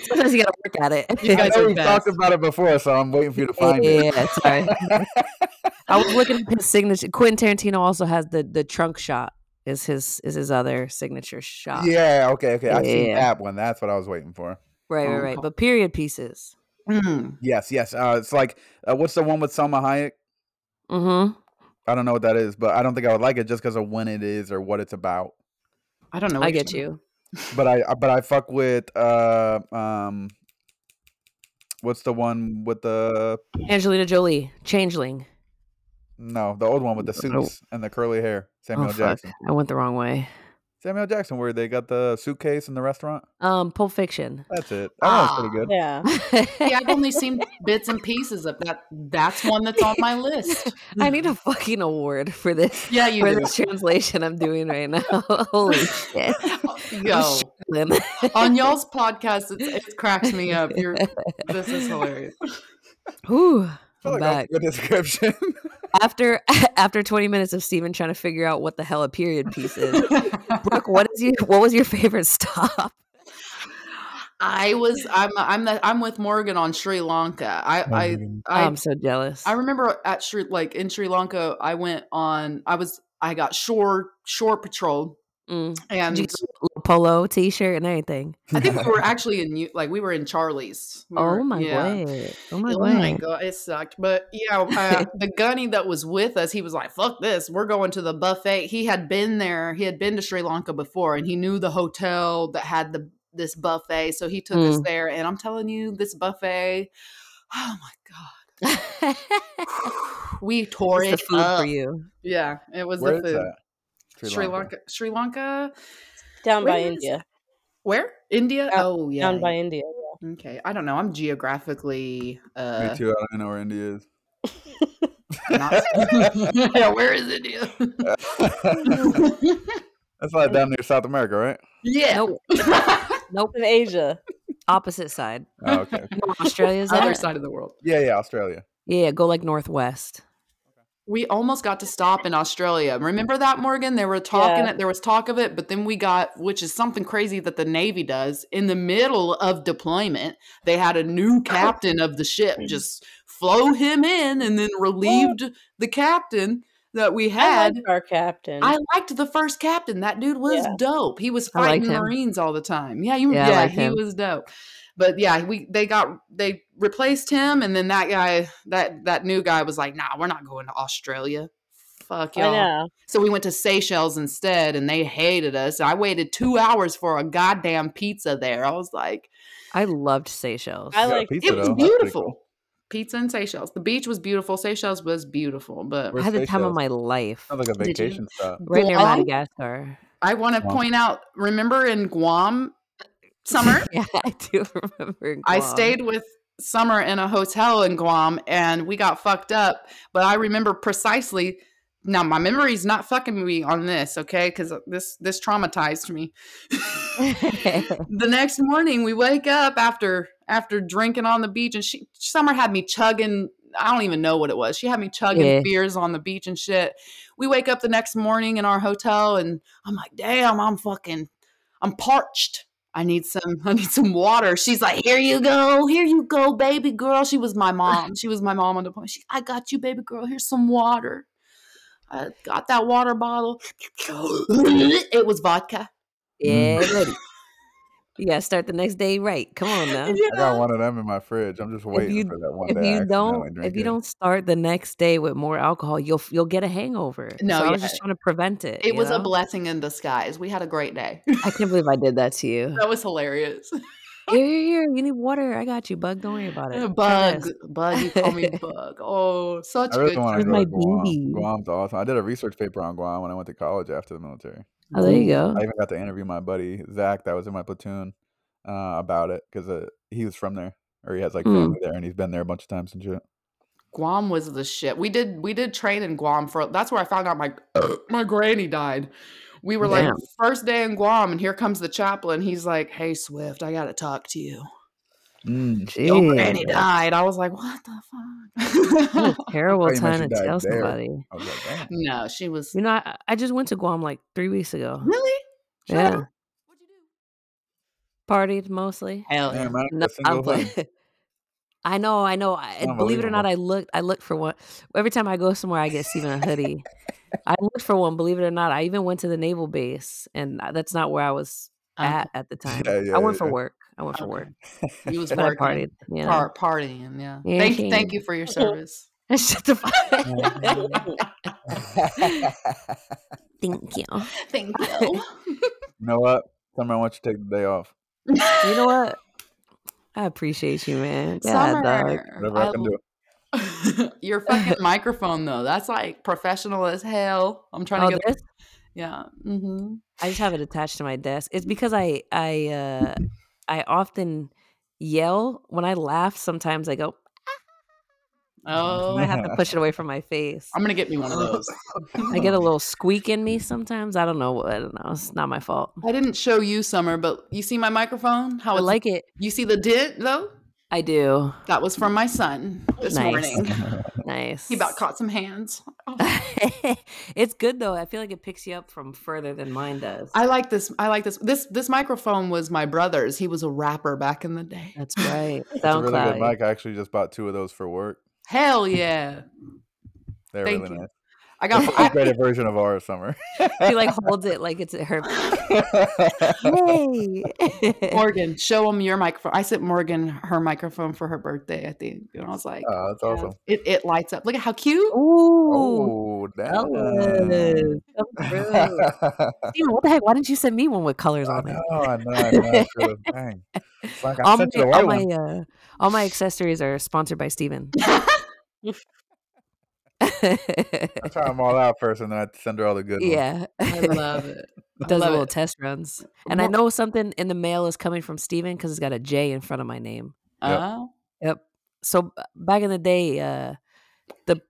S3: sometimes you got to work at it.
S1: You
S2: I
S1: guys
S2: know
S1: are
S2: we talked
S1: best.
S2: about it before, so I'm waiting for you to
S3: [laughs] yeah,
S2: find it. [laughs]
S3: sorry. I was looking at his signature. Quentin Tarantino also has the the trunk shot. Is his is his other signature shot?
S2: yeah. Okay. Okay. I see
S3: Yeah.
S2: that one. That's what I was waiting for.
S3: Right,
S2: Oh,
S3: right,
S1: Um,
S3: right. But period pieces.
S1: Mm.
S2: Yes, yes. Uh, it's like uh, what's the one with Selma Hayek?
S3: hmm
S2: I don't know what that is, but I don't think I would like it just because of when it is or what it's about.
S1: I don't know.
S3: I
S1: what you're
S3: get
S1: talking-
S3: you.
S2: But I, I- but I fuck with uh um, what's the one with the
S3: Angelina Jolie, Changeling.
S2: no the old one with the
S3: Oh.
S2: suits and the curly hair Samuel
S3: Oh fuck,
S2: Jackson
S3: I went the wrong way.
S2: Samuel Jackson where they got the suitcase in the restaurant.
S3: Um, Pulp Fiction. [laughs]
S2: That's it. That one's
S1: Ah.
S2: pretty good.
S4: Yeah.
S1: Yeah, I've only seen bits and pieces of that. That's one that's on my list.
S3: [laughs] I need a fucking award for
S1: [laughs]
S3: this.
S1: Yeah, you
S3: for
S1: [laughs] do.
S3: [laughs] this translation I'm doing right now. [laughs] Holy shit.
S1: Yo,
S3: Lynn. [laughs]
S1: on y'all's podcast, it's, it cracks me up. You're this is
S3: [laughs]
S1: hilarious.
S3: Whew,
S2: I feel
S3: I'm
S2: like that's
S3: back.
S2: a good [laughs] description.
S3: After [laughs] after 20 minutes of Steven trying to figure out what the hell a period piece is. Brooke, what is you what was your favorite [laughs] stop? [laughs]
S1: I was I'm I'm the, I'm with Morgan on Sri Lanka. I I, I
S3: I'm so jealous.
S1: I remember at Sri like in Sri Lanka, I went on. I was I got shore shore patrol,
S3: Mm.
S1: and
S3: Did you get a little polo t shirt and everything?
S1: I think
S3: [laughs]
S1: we were actually in U- like we were in Charlie's. We
S3: Oh
S1: were-
S3: my
S1: yeah.
S3: god. Oh my
S1: Oh
S3: god.
S1: my
S3: [laughs]
S1: god, it sucked. But yeah, uh, the gunny that was with us, he was like, "Fuck this, we're going to the buffet." He had been there. He had been to Sri Lanka before, and he knew the hotel that had the this buffet. So he took us
S3: Mm.
S1: there, and I'm telling you, this buffet. [sighs] Oh my god,
S3: [sighs]
S1: we tore
S3: It's
S1: it
S3: the food
S1: up.
S3: for you.
S1: Yeah, it was
S2: Where
S1: the
S2: is
S1: food.
S2: that?
S1: Sri Lanka. Sri Lanka.
S4: Down by
S1: Where is-
S4: India.
S1: Where? India.
S4: Down-
S1: oh yeah.
S4: Down by India.
S1: okay. I don't know. I'm geographically
S2: Me
S1: uh
S2: too. I don't know where India
S3: [laughs]
S2: is. [laughs]
S1: not [laughs] Yeah, where is
S3: [laughs]
S1: India? [laughs]
S2: That's not down near South America, right?
S1: yeah.
S3: Nope.
S1: [laughs]
S3: [laughs] Nope.
S4: In Asia.
S3: Opposite side.
S2: Oh, okay. okay.
S3: Australia's
S1: Other
S3: that?
S1: side of the world.
S2: Yeah, yeah, Australia.
S3: Yeah, go like northwest.
S1: We almost got to stop in Australia. Remember that, Morgan? They were talking.
S4: Yeah.
S1: There was talk of it, but then we got, which is something crazy that the Navy does. In the middle of deployment, they had a
S4: [laughs] Oh.
S1: new captain of the ship just flow him in, and then relieved the captain that we
S4: I
S1: had.
S4: like our captain.
S1: I liked the first captain. That dude was
S4: Yeah.
S1: dope. He was
S3: I liked
S1: fighting
S3: him.
S1: Marines all the time. Yeah, you
S3: Yeah, I
S1: yeah,
S3: liked
S1: he
S3: him.
S1: was dope. But yeah, we they got they replaced him and then that guy that that new guy was like, "Nah, we're not going to Australia." Fuck
S4: I
S1: y'all.
S4: know.
S1: So we went to Seychelles instead and they hated us. I waited 2 hours for a goddamn pizza there. I was like,
S3: I loved Seychelles.
S4: I
S2: You got
S4: like
S2: pizza
S1: "It was
S2: though. That's pretty
S1: beautiful."
S2: cool.
S1: Pizza in Seychelles. The beach was beautiful. Seychelles was beautiful, but
S3: I
S2: Where's
S3: had the time
S2: Seychelles?
S3: of my life.
S2: Sounds like a
S1: Did you-
S2: vacation spot.
S3: Right near
S1: Guam?
S3: Madagascar.
S1: I want to
S2: Wow.
S1: point out, remember in Guam summer?
S3: [laughs] yeah, I do remember. in
S1: I
S3: Guam.
S1: stayed with Summer in a hotel in Guam and we got fucked up. But I remember precisely. Now my memory's not fucking me on this, okay? Because this
S3: [laughs]
S1: this traumatized me. the next morning we wake up after after drinking on the beach. And she Summer had me chugging. I don't even know what it was. She had me chugging
S3: Yeah.
S1: beers on the beach and shit. We wake up the next morning in our hotel, and I'm like, damn, I'm fucking, I'm parched. I need some, [laughs] I need some water. She's like, here you go, here you go, baby girl. She was my mom. She was my mom on the point. She, I got you, baby girl. Here's some water. I got that water bottle. [laughs] It was vodka.
S3: [laughs] Yeah,
S1: Mm.
S3: buddy. You gotta start the next day right. Come
S1: [laughs]
S3: on now.
S2: I got one of them in my fridge. I'm just waiting
S3: you-
S2: for that one
S3: if
S2: day. I
S3: you
S2: accidentally
S3: don't if
S2: drink
S3: you
S2: it.
S3: don't start the next day with more alcohol you'll you'll get a hangover
S1: No,
S3: so i was
S1: yeah.
S3: just trying to prevent it
S1: It
S3: you
S1: was a
S3: know?
S1: blessing in disguise. We had a great day.
S3: i can't believe i did that to you
S1: [laughs] that was hilarious.
S3: here, here here you need water i got you bug don't worry about it
S1: [laughs]
S3: Try
S1: Bug,
S3: this.
S1: bug, you call
S3: [laughs]
S1: me bug. Oh, such
S2: I really
S1: good.
S2: want
S3: With
S2: to go
S3: my
S2: to Guam.
S3: baby.
S2: Guam's awesome. I did a research paper on Guam when I went to college after the military.
S3: oh there you go
S2: I even got to interview my buddy Zach, that was in my platoon, uh, about it because uh, he was from there or he has like
S3: Hmm.
S2: family there and he's been there a bunch of times and shit.
S1: Guam was the shit. We did we did train in Guam for that's where I found out my [coughs] my granny died. We were like
S3: Damn.
S1: first day in Guam and here comes the chaplain. He's like, "Hey Swift, I got to talk to you."
S2: Mm.
S1: Your
S3: Jeez.
S1: granny died. I was like, "What the [laughs]
S3: what
S1: fuck?"
S3: a terrible
S2: you meant she
S3: time to
S2: died
S3: tell
S2: there.
S3: somebody
S2: I was like, damn.
S1: no, she was
S3: you know I, I just went to guam like three weeks ago
S1: Really? Shut
S3: yeah
S1: up. What'd you do?
S3: partied mostly
S1: Hell yeah.
S2: Damn, man,
S3: [laughs]
S2: a
S3: No, I'm
S2: single
S3: playing.
S2: thing.
S3: [laughs] I know, I know. I, and believe it or not, I looked. I looked for one every time I go somewhere. I get Steven a hoodie. I looked for one. Believe it or not, I even went to the naval base, and I- that's not where I was at at the time.
S2: Uh-huh. [laughs] Yeah, yeah,
S3: I went for
S2: yeah.
S3: work. I went for
S1: Okay.
S3: work,
S1: Okay. You was
S3: but I
S1: working,
S3: partied. You know,
S1: par- partying. Yeah.
S3: Yeah,
S1: Thank
S3: she-
S1: thank you for [laughs] your service.
S3: [laughs]
S2: [laughs]
S3: shut the
S4: [laughs]
S3: fuck.
S2: Mhm.
S3: Thank you.
S1: [laughs] Thank you.
S2: you know what? Summer, I want you to take the day off.
S3: [laughs]
S1: [laughs]
S3: You know what? I appreciate you, man. Yeah, dog.
S1: Summer.
S2: Whatever I, can
S3: [laughs]
S2: do.
S1: do.
S2: [laughs]
S1: [laughs] your fucking microphone though. That's like professional as hell. I'm trying
S3: Oh,
S1: to get
S3: this.
S1: [laughs] yeah. Mm-hmm.
S3: I just have it attached to my desk. It's because I I uh I often yell when I laugh. Sometimes I go.
S1: Oh,
S3: I
S2: [laughs]
S3: have to push it away from my face.
S1: I'm gonna get me one of those.
S3: I get a little squeak in me sometimes. I don't know. what- I don't know. It's not my fault.
S1: I didn't show you summer, but you see my microphone? How
S3: I
S1: it's
S3: like it.
S1: you see the dent though?
S2: [laughs]
S3: I do.
S1: That was from my son this
S3: Nice.
S1: morning.
S3: Nice.
S1: He about caught some hands. Oh.
S3: [laughs] it's good though. I feel like it picks you up from further than mine does.
S1: I like this. I like this. This this microphone was my brother's. He was a rapper back in the day.
S2: [laughs]
S3: That's right.
S2: It's a really
S3: SoundCloud.
S2: good mic. I actually just bought two of those for work.
S1: Hell yeah!
S2: They're
S1: Thank
S2: really
S1: you.
S2: nice.
S1: I got.
S3: [laughs]
S2: That's an upgraded version of ours, [laughs] Summer.
S3: she like holds it like it's
S2: [laughs]
S3: her.
S2: Oh,
S3: Yay!
S1: Morgan, show him your microphone. I sent Morgan her microphone for her birthday, I think. And I was like,
S2: Oh, that's
S1: yeah,
S2: awesome.
S1: It, it lights up. Look at how cute.
S3: [laughs] Ooh,
S2: Oh, damn. [laughs]
S3: colors. Come through. Steven, what the heck? Why didn't you send me one with colors
S2: I
S3: on it?
S2: know, I know, I know. I should've- Dang. It's like I
S3: all my,
S2: sent you the
S3: all
S2: white
S3: my,
S2: one.
S3: uh, all my accessories are sponsored by Steven. [laughs]
S1: Oh,
S2: I try them all out first, and then I send her all the good ones. [laughs]
S3: yeah.
S1: [laughs] I love it. I
S3: does
S1: love
S3: little
S1: it.
S3: test runs. And I
S1: Mor-
S3: know something in the mail is coming from Steven because it's got a J in front of my name.
S2: Yep.
S1: Oh,
S3: Yep. So b- back in the day, uh, the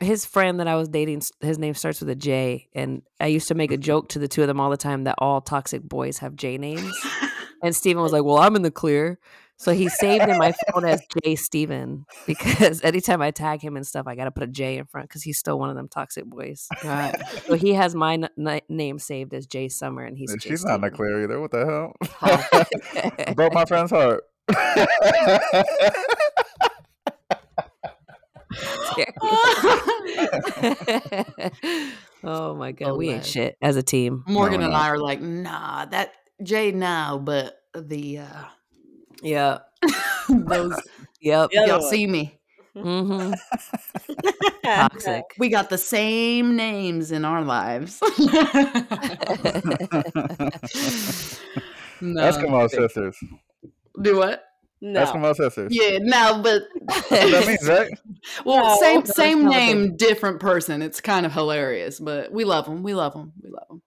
S3: his friend that I was dating, s- his name starts with a J, and I used to make a joke to the two of them all the time that all toxic boys have J names. And Steven was like, "Well, I'm in the clear." So he saved in my phone as J Steven [laughs] because anytime I tag him and stuff, I got to put a J in front because he's still one of them
S2: [laughs]
S3: toxic boys.
S1: [laughs] God.
S3: So he has my n- n- name saved as J Summer, and he's
S2: And
S3: J
S2: She's not in the
S3: Steven.
S2: clear either. What the hell? [laughs]
S1: Toxic.
S2: I broke my friend's heart. [laughs]
S3: oh my god, we ain't
S1: Hilarious.
S3: shit as a team.
S1: Morgan
S2: we're
S1: and
S2: not.
S1: I are like, nah, that Jay, no, but the, uh,
S3: Yeah.
S1: [laughs] those,
S3: Yep.
S4: The
S1: [laughs]
S4: other
S1: y'all
S4: one. [laughs]
S1: see me.
S3: hmm Toxic.
S1: We got the same names in our [laughs] lives. no.
S2: Eskimo sisters.
S1: Do what?
S4: no.
S2: Eskimo sisters.
S1: Yeah, no, but
S2: That's what that means, right?
S1: well,
S4: No. No,
S1: same
S3: that's
S1: same
S3: not what they-
S1: name, different person. It's kind of hilarious, but we love them. We love them. We love them.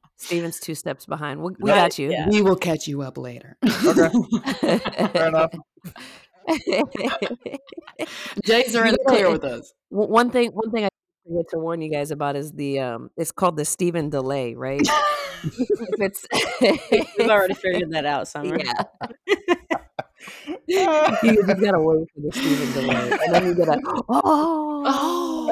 S3: [laughs] Steven's two steps behind. We, we
S4: Right,
S3: got you. [laughs]
S4: yeah.
S1: we will catch you up later.
S2: Okay. Fair enough. [laughs]
S1: Jays are in
S3: You
S1: the
S3: know,
S1: clear
S3: it-
S1: with us.
S3: W- one thing one thing I forget to warn you guys about is the um it's called the Steven delay, right? [laughs] if it's [laughs]
S4: We've already figured that out, Summer. [laughs]
S3: yeah, you, you gotta wait for the Stephen delay, and then you gotta [gasps] oh,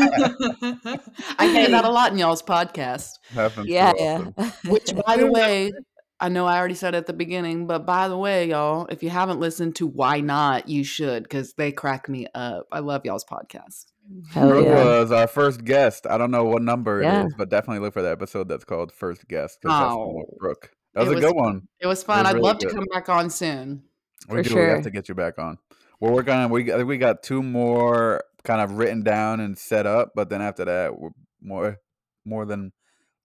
S1: Oh, I hear that a lot in y'all's podcast.
S2: Happens too
S3: yeah, yeah.
S2: often.
S1: Which, by
S3: [laughs]
S1: the way, I know I already said at the beginning, but by the way, y'all, if you haven't listened to Why Not, you should because they crack me up. I love y'all's podcast.
S3: Hell
S2: Brooke
S3: yeah.
S2: was our first guest. I don't know what number it is,
S3: Yeah.
S2: but definitely look for the episode that's called First Guest because that's the one with
S1: Oh.
S2: Brooke. That was,
S1: It
S2: a
S1: was-
S2: good one.
S1: It was fun.
S2: was
S1: I'd
S2: really
S1: love
S2: good.
S1: to come back on soon.
S2: we
S3: For
S2: do. We
S3: sure.
S2: have to get you back on. We're working on. We got- we got two more kind of written down and set up, but then after that, we're more more than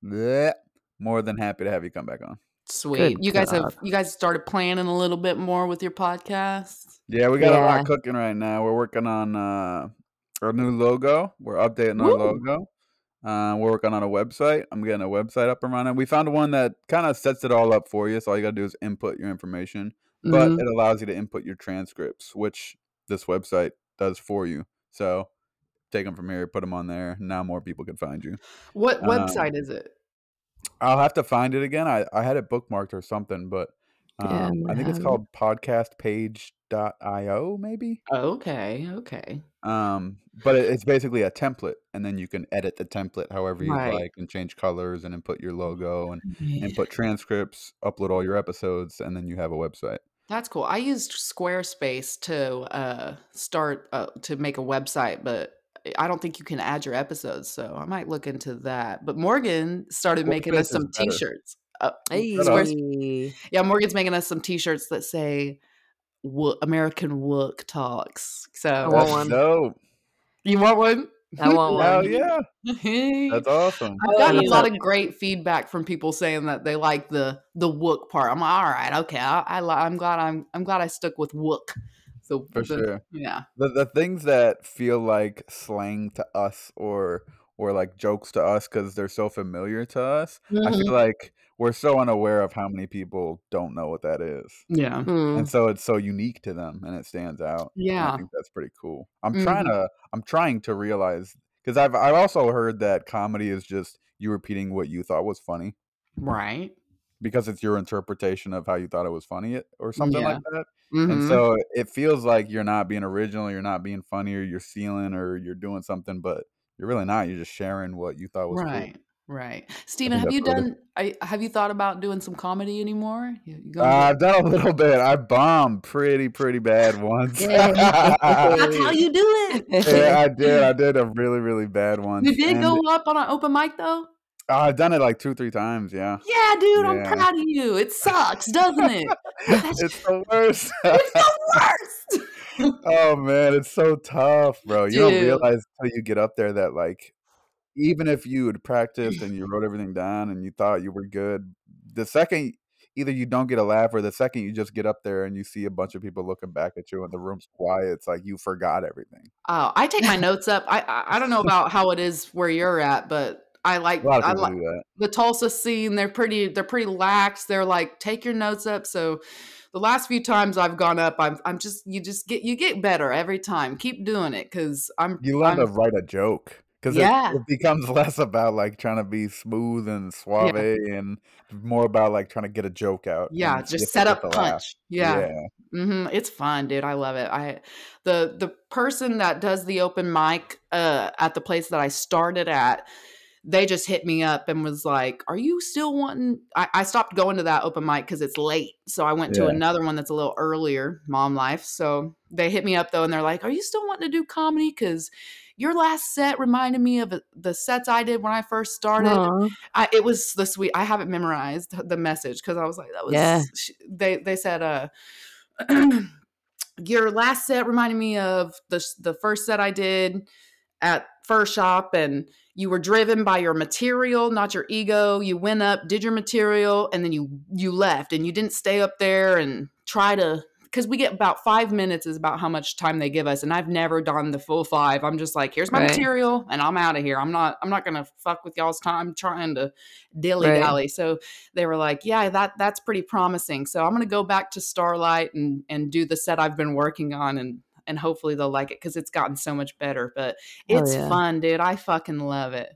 S2: bleh, more than happy to have you come back on.
S1: Sweet.
S3: Good
S1: you guys
S3: God.
S1: have you guys started planning a little bit more with your podcast.
S2: Yeah, we got a
S3: Yeah.
S2: lot cooking right now. We're working on uh, our new logo. We're updating
S3: Woo.
S2: our logo. Uh, we're working on a website. I'm getting a website up and running. We found one that kind of sets it all up for you. So all you gotta do is input your information, but
S3: Mm-hmm.
S1: Mhm.
S2: it allows you to input your transcripts, which this website does for you. So take them from here, put them on there. Now more people can find you.
S1: What
S2: um,
S1: website is it?
S2: I'll have to find it again. I, I had it bookmarked or something, but um,
S3: Yeah, I
S2: I
S3: might
S2: think it's
S3: have it.
S2: called podcastpage.io maybe.
S1: Oh, Okay, okay.
S2: um but it, it's basically a template and then you can edit the template however you'd
S1: Right.
S2: like and change colors and input your logo and input transcripts upload all your episodes and then you have a website
S1: That's cool. I used Squarespace to uh, start uh, to make a website, but I don't think you can add your episodes, so I might look into that. But Morgan started making
S2: Squarespace
S1: us
S2: is
S1: some
S2: better.
S1: T-shirts. Uh,
S3: Hey.
S1: Squares-
S2: [laughs]
S1: yeah, Morgan's making us some T-shirts that say "Wo- "American Wook Talks." So
S3: I want
S2: that's
S3: one.
S2: dope
S1: you want one? [laughs]
S3: I want one.
S2: hell yeah that's
S1: I've
S2: awesome
S4: I
S1: gotten
S4: want
S1: a lot
S4: one.
S1: of great feedback from people saying that they like the the Wook part. I'm like, all right, okay. I, I li- I'm glad I'm I'm glad I stuck with Wook. So
S2: for
S1: the-
S2: sure
S1: yeah,
S2: the, the things that feel like slang to us or or like jokes to us because they're so familiar to us i
S1: Mm-hmm.
S2: feel like we're so unaware of how many people don't know what that is
S1: yeah,
S2: and
S3: Mm.
S2: so it's so unique to them and it stands out and i
S1: yeah. Mm-hmm.
S2: think that's pretty cool i'm trying to i'm trying to realize because i've i've also heard that comedy is just you repeating what you thought was funny
S1: Right.
S2: because it's your interpretation of how you thought it was funny it- or something
S1: Yeah.
S2: like that and
S1: Mhm.
S2: so it feels like you're not being original you're not being funny or you're stealing or you're doing something but you're really not you're just sharing what you thought was cool
S1: Right. Right. Steven, have
S2: think that's
S1: you
S2: what it is.
S1: done? I, have you thought about doing some comedy anymore? You, you gonna
S2: Uh, I've done a little bit. I bombed pretty, pretty
S1: [laughs]
S2: bad once. [laughs]
S3: That's
S1: you do it.
S2: Yeah, I did. I did a really, really bad one.
S1: You did
S2: and
S1: go up on an open mic though.
S2: I've done it like two, three times. Yeah,
S1: Yeah, dude, I'm
S2: Yeah.
S1: proud of you. It sucks, doesn't
S2: [laughs]
S1: it? [laughs] That's-
S2: it's the
S1: [laughs]
S2: worst.
S1: it's the worst.
S2: [laughs] oh man, it's so tough, bro. You don't
S1: Dude.
S2: realize until you get up there that like, even if you had practiced and you wrote everything down and you thought you were good, the second either you don't get a laugh or the second you just get up there and you see a bunch of people looking back at you and the room's quiet, it's like you forgot everything.
S1: Oh, I take my notes up. I, I I don't know about how it is where you're at, but I like
S2: A lot of
S1: I
S2: people
S1: like
S2: do that.
S1: the Tulsa scene. They're pretty they're pretty lax. They're like take your notes up. So the last few times I've gone up, I'm I'm just you just get you get better every time. Keep doing it because I'm
S2: you learn
S1: I'm
S2: to write a joke because
S1: Yeah.
S2: it, it becomes [laughs] less about like trying to be smooth and suave and more about like trying to get a joke out
S1: yeah
S2: and see
S1: just
S2: if
S1: set
S2: it
S1: up
S2: gets a laugh.
S1: punch. Yeah. hmm It's fun, dude. I love it. I the the person that does the open mic uh, at the place that I started at, they just hit me up and was like, "Are you still wanting?" I, I stopped going to that open mic because it's late, so I went to
S2: Yeah.
S1: another one that's a little earlier, Mom Life. So they hit me up though, and they're like, "Are you still wanting to do comedy?" Because your last set reminded me of uh, the sets I did when I first started.
S3: Aw.
S1: I, it was the sweet. I haven't memorized the message because I was like, that was.
S3: Yeah.
S1: sh- They they said, uh, [clears throat] your last set reminded me of the s- the first set I did at first shop, and you were driven by your material, not your ego. You went up, did your material, and then you you left, and you didn't stay up there and try to. Because we get about five minutes is about how much time they give us, and I've never done the full five. I'm just like, here's my
S3: Right.
S1: material, and I'm out of here. I'm not. I'm not gonna fuck with y'all's time trying to dilly
S3: Right.
S1: dally. So they were like, "Yeah, that that's pretty promising." So I'm gonna go back to Starlight and and do the set I've been working on, and and
S2: Oh,
S1: hopefully they'll like it because it's gotten so much better. But
S3: Hell
S1: it's
S3: yeah.
S1: fun, dude. I fucking love it.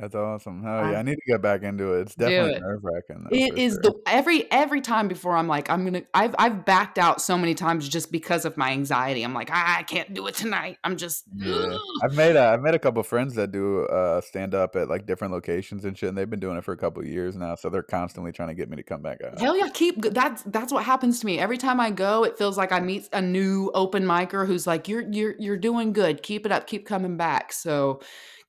S2: That's awesome. Hell yeah. I need to get back into it. It's
S1: Do
S2: definitely
S1: it.
S2: nerve wracking.
S1: It is the every every time before I'm like I'm gonna I've I've backed out so many times just because of my anxiety. I'm like "Ah, I can't do it tonight. I'm just
S2: Yeah. I've made a, I've made a couple friends that do uh stand up at like different locations and shit, and they've been doing it for a couple years now, so they're constantly trying to get me to come back out.
S1: Hell yeah, keep go- that's that's what happens to me. Every time I go, it feels like I meet a new open micer who's like, You're you're you're doing good. Keep it up, keep coming back. So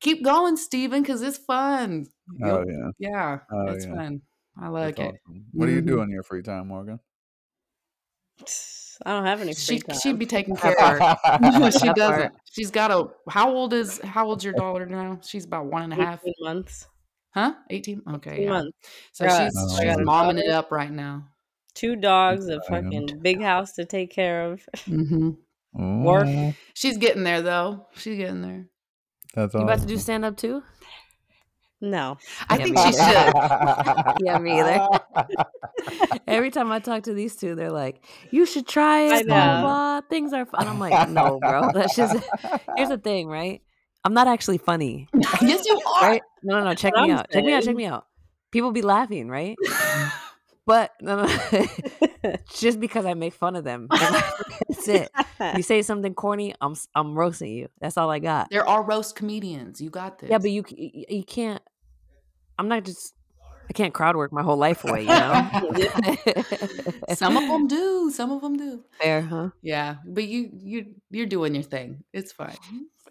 S1: keep going, Steven, because it's fun.
S2: Oh
S1: You'll-
S2: yeah,
S1: yeah,
S2: oh
S1: it's
S2: yeah,
S1: fun. I
S2: That's
S1: like it.
S2: awesome. What do you do
S1: Mhm.
S2: in your free time, Morgan?
S4: I don't have any free
S1: She
S4: time.
S1: she'd be taking care
S3: That
S1: of her. [laughs]
S2: [laughs]
S1: No, she
S3: That part.
S1: doesn't. She's got a how old is how old's your daughter now? She's about one and a half.
S4: 18 months.
S1: Huh? 18? Okay,
S4: 18
S1: yeah.
S4: months.
S1: So
S4: Yeah.
S1: she's
S2: Oh,
S1: she's
S2: yeah.
S1: momming it up right now.
S4: Two dogs, a
S2: I am
S4: fucking big house to take care of. [laughs]
S1: hmm
S4: Work.
S2: Ooh,
S1: She's getting there though. She's getting there.
S2: that's
S3: You about to do
S2: awesome.
S3: stand up
S4: [laughs]
S3: too?
S4: No.
S1: I
S3: Yeah,
S1: think
S3: me
S1: she should.
S3: Yeah, me either. Every time I talk to these two, they're like, "You should try
S4: I
S3: it." Blah blah.
S4: know.
S3: blah. Things are fun. I'm like, "No,
S4: [laughs]
S3: bro. That's [laughs] just." Here's the thing, right? I'm not actually
S4: [laughs]
S3: funny, [laughs]
S1: yes, you are.
S3: right? No, no, no. Check
S4: what
S3: me
S4: I'm
S3: out. Check me out. Check
S4: saying.
S3: me out. People be laughing,
S4: [laughs]
S3: right? But no, no. [laughs] just because I make fun of them, that's it. You say something corny, I'm s- I'm roasting you. That's all I got.
S1: There are roast comedians. You got this.
S3: Yeah, but you c- y- y- you can't. I'm not just. I can't crowd work my whole life away. [laughs] You know.
S1: [laughs] some of them do. Some of them do.
S3: Fair, huh?
S1: Yeah, but you you you're doing your thing. It's fun.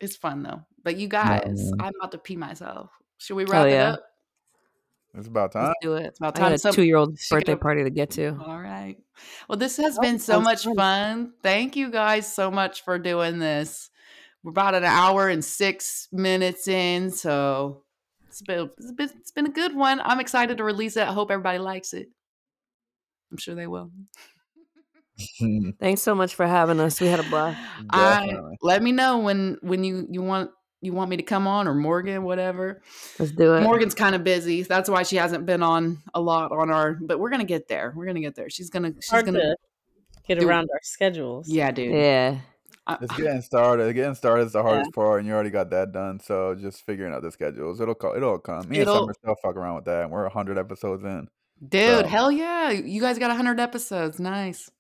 S1: It's fun though. But you guys,
S2: yeah.
S1: I'm about to pee myself. Should we wrap it
S3: Oh, yeah.
S1: up?
S2: It's about time.
S3: [laughs] Let's do it.
S1: about
S3: I got
S1: time
S3: a
S1: some-
S3: two-year-old's
S1: she got
S3: birthday
S1: a-
S3: party to get to.
S1: All right. Well, this has
S4: Oh,
S1: been so
S4: sounds
S1: much
S4: fun.
S1: fun. Thank you guys so much for doing this. We're about an hour and six minutes in, so it's been it's been, it's been a good one. I'm excited to release it. I hope everybody likes it. I'm sure they will.
S3: Thanks so much for having us. We had a
S1: [laughs]
S3: blast.
S1: I
S2: Definitely.
S1: let me know when when you you want you want me to come on or Morgan whatever.
S3: Let's do it.
S1: Morgan's kind of busy. That's why she hasn't been on a lot on our. But we're gonna get there. We're gonna get there. She's gonna she's
S4: Hard
S1: gonna
S4: to get
S1: do-
S4: around our schedules.
S1: yeah, dude.
S3: Yeah.
S1: I-
S2: Just getting started. Getting started is the hardest part, and you already got that done. So just figuring out the schedules. It'll co- it'll come. Me and
S1: It'll-
S2: Summer still fuck around with that, and we're hundred episodes in.
S1: Dude,
S2: So-
S1: hell yeah. You guys got 100 episodes. Nice.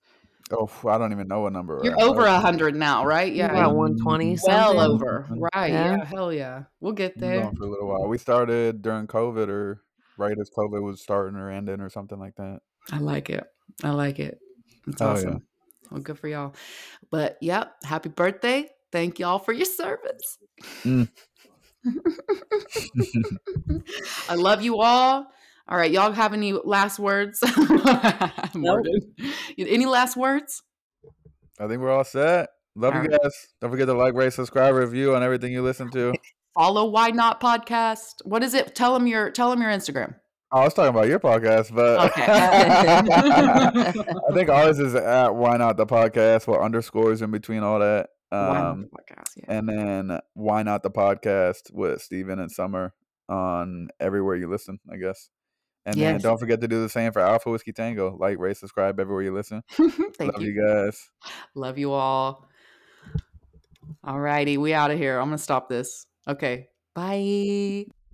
S2: Oh, f- I don't even know what number. we're
S1: You're
S2: at. I
S1: over
S2: was-
S1: 100 now, right?
S3: We're
S1: Yeah.
S3: about 120
S1: Well
S3: something.
S1: over. Right. Yeah.
S3: Yeah.
S1: Hell yeah. We'll get
S2: We've been
S1: there.
S2: going for a little while. We started during COVID, or right as COVID was starting or ending, or something like that.
S1: I like it. I like it. It's
S2: Oh, yeah.
S1: awesome. Well, good for y'all. But yep, happy birthday. Thank y'all for your service.
S2: Mm.
S1: [laughs]
S2: [laughs]
S1: I love you all. All right. Y'all have any last words? [laughs] Morgan. Any last words?
S2: I think we're all set. Love you
S1: Alright.
S2: guys. Don't forget to like, rate, subscribe, review on everything you listen to.
S1: Follow Why Not Podcast. What is it? Tell them your tell them your Instagram.
S2: Oh, I was talking about your podcast, but
S1: Okay.
S2: [laughs] I
S1: [laughs]
S2: think ours is at why not the podcast with underscores in between all that.
S1: Why Not the
S2: Um,
S1: Podcast? Yeah.
S2: and then why not the podcast with Steven and Summer on everywhere you listen, I guess. And then
S1: Yes.
S2: don't forget to do the same for Alpha Whiskey Tango. Like, rate, subscribe everywhere you listen.
S1: [laughs] Thank
S2: eh, Love
S1: you.
S2: you guys.
S1: Love you all. All righty. We out of here. I'm going to stop this. Okay. Bye.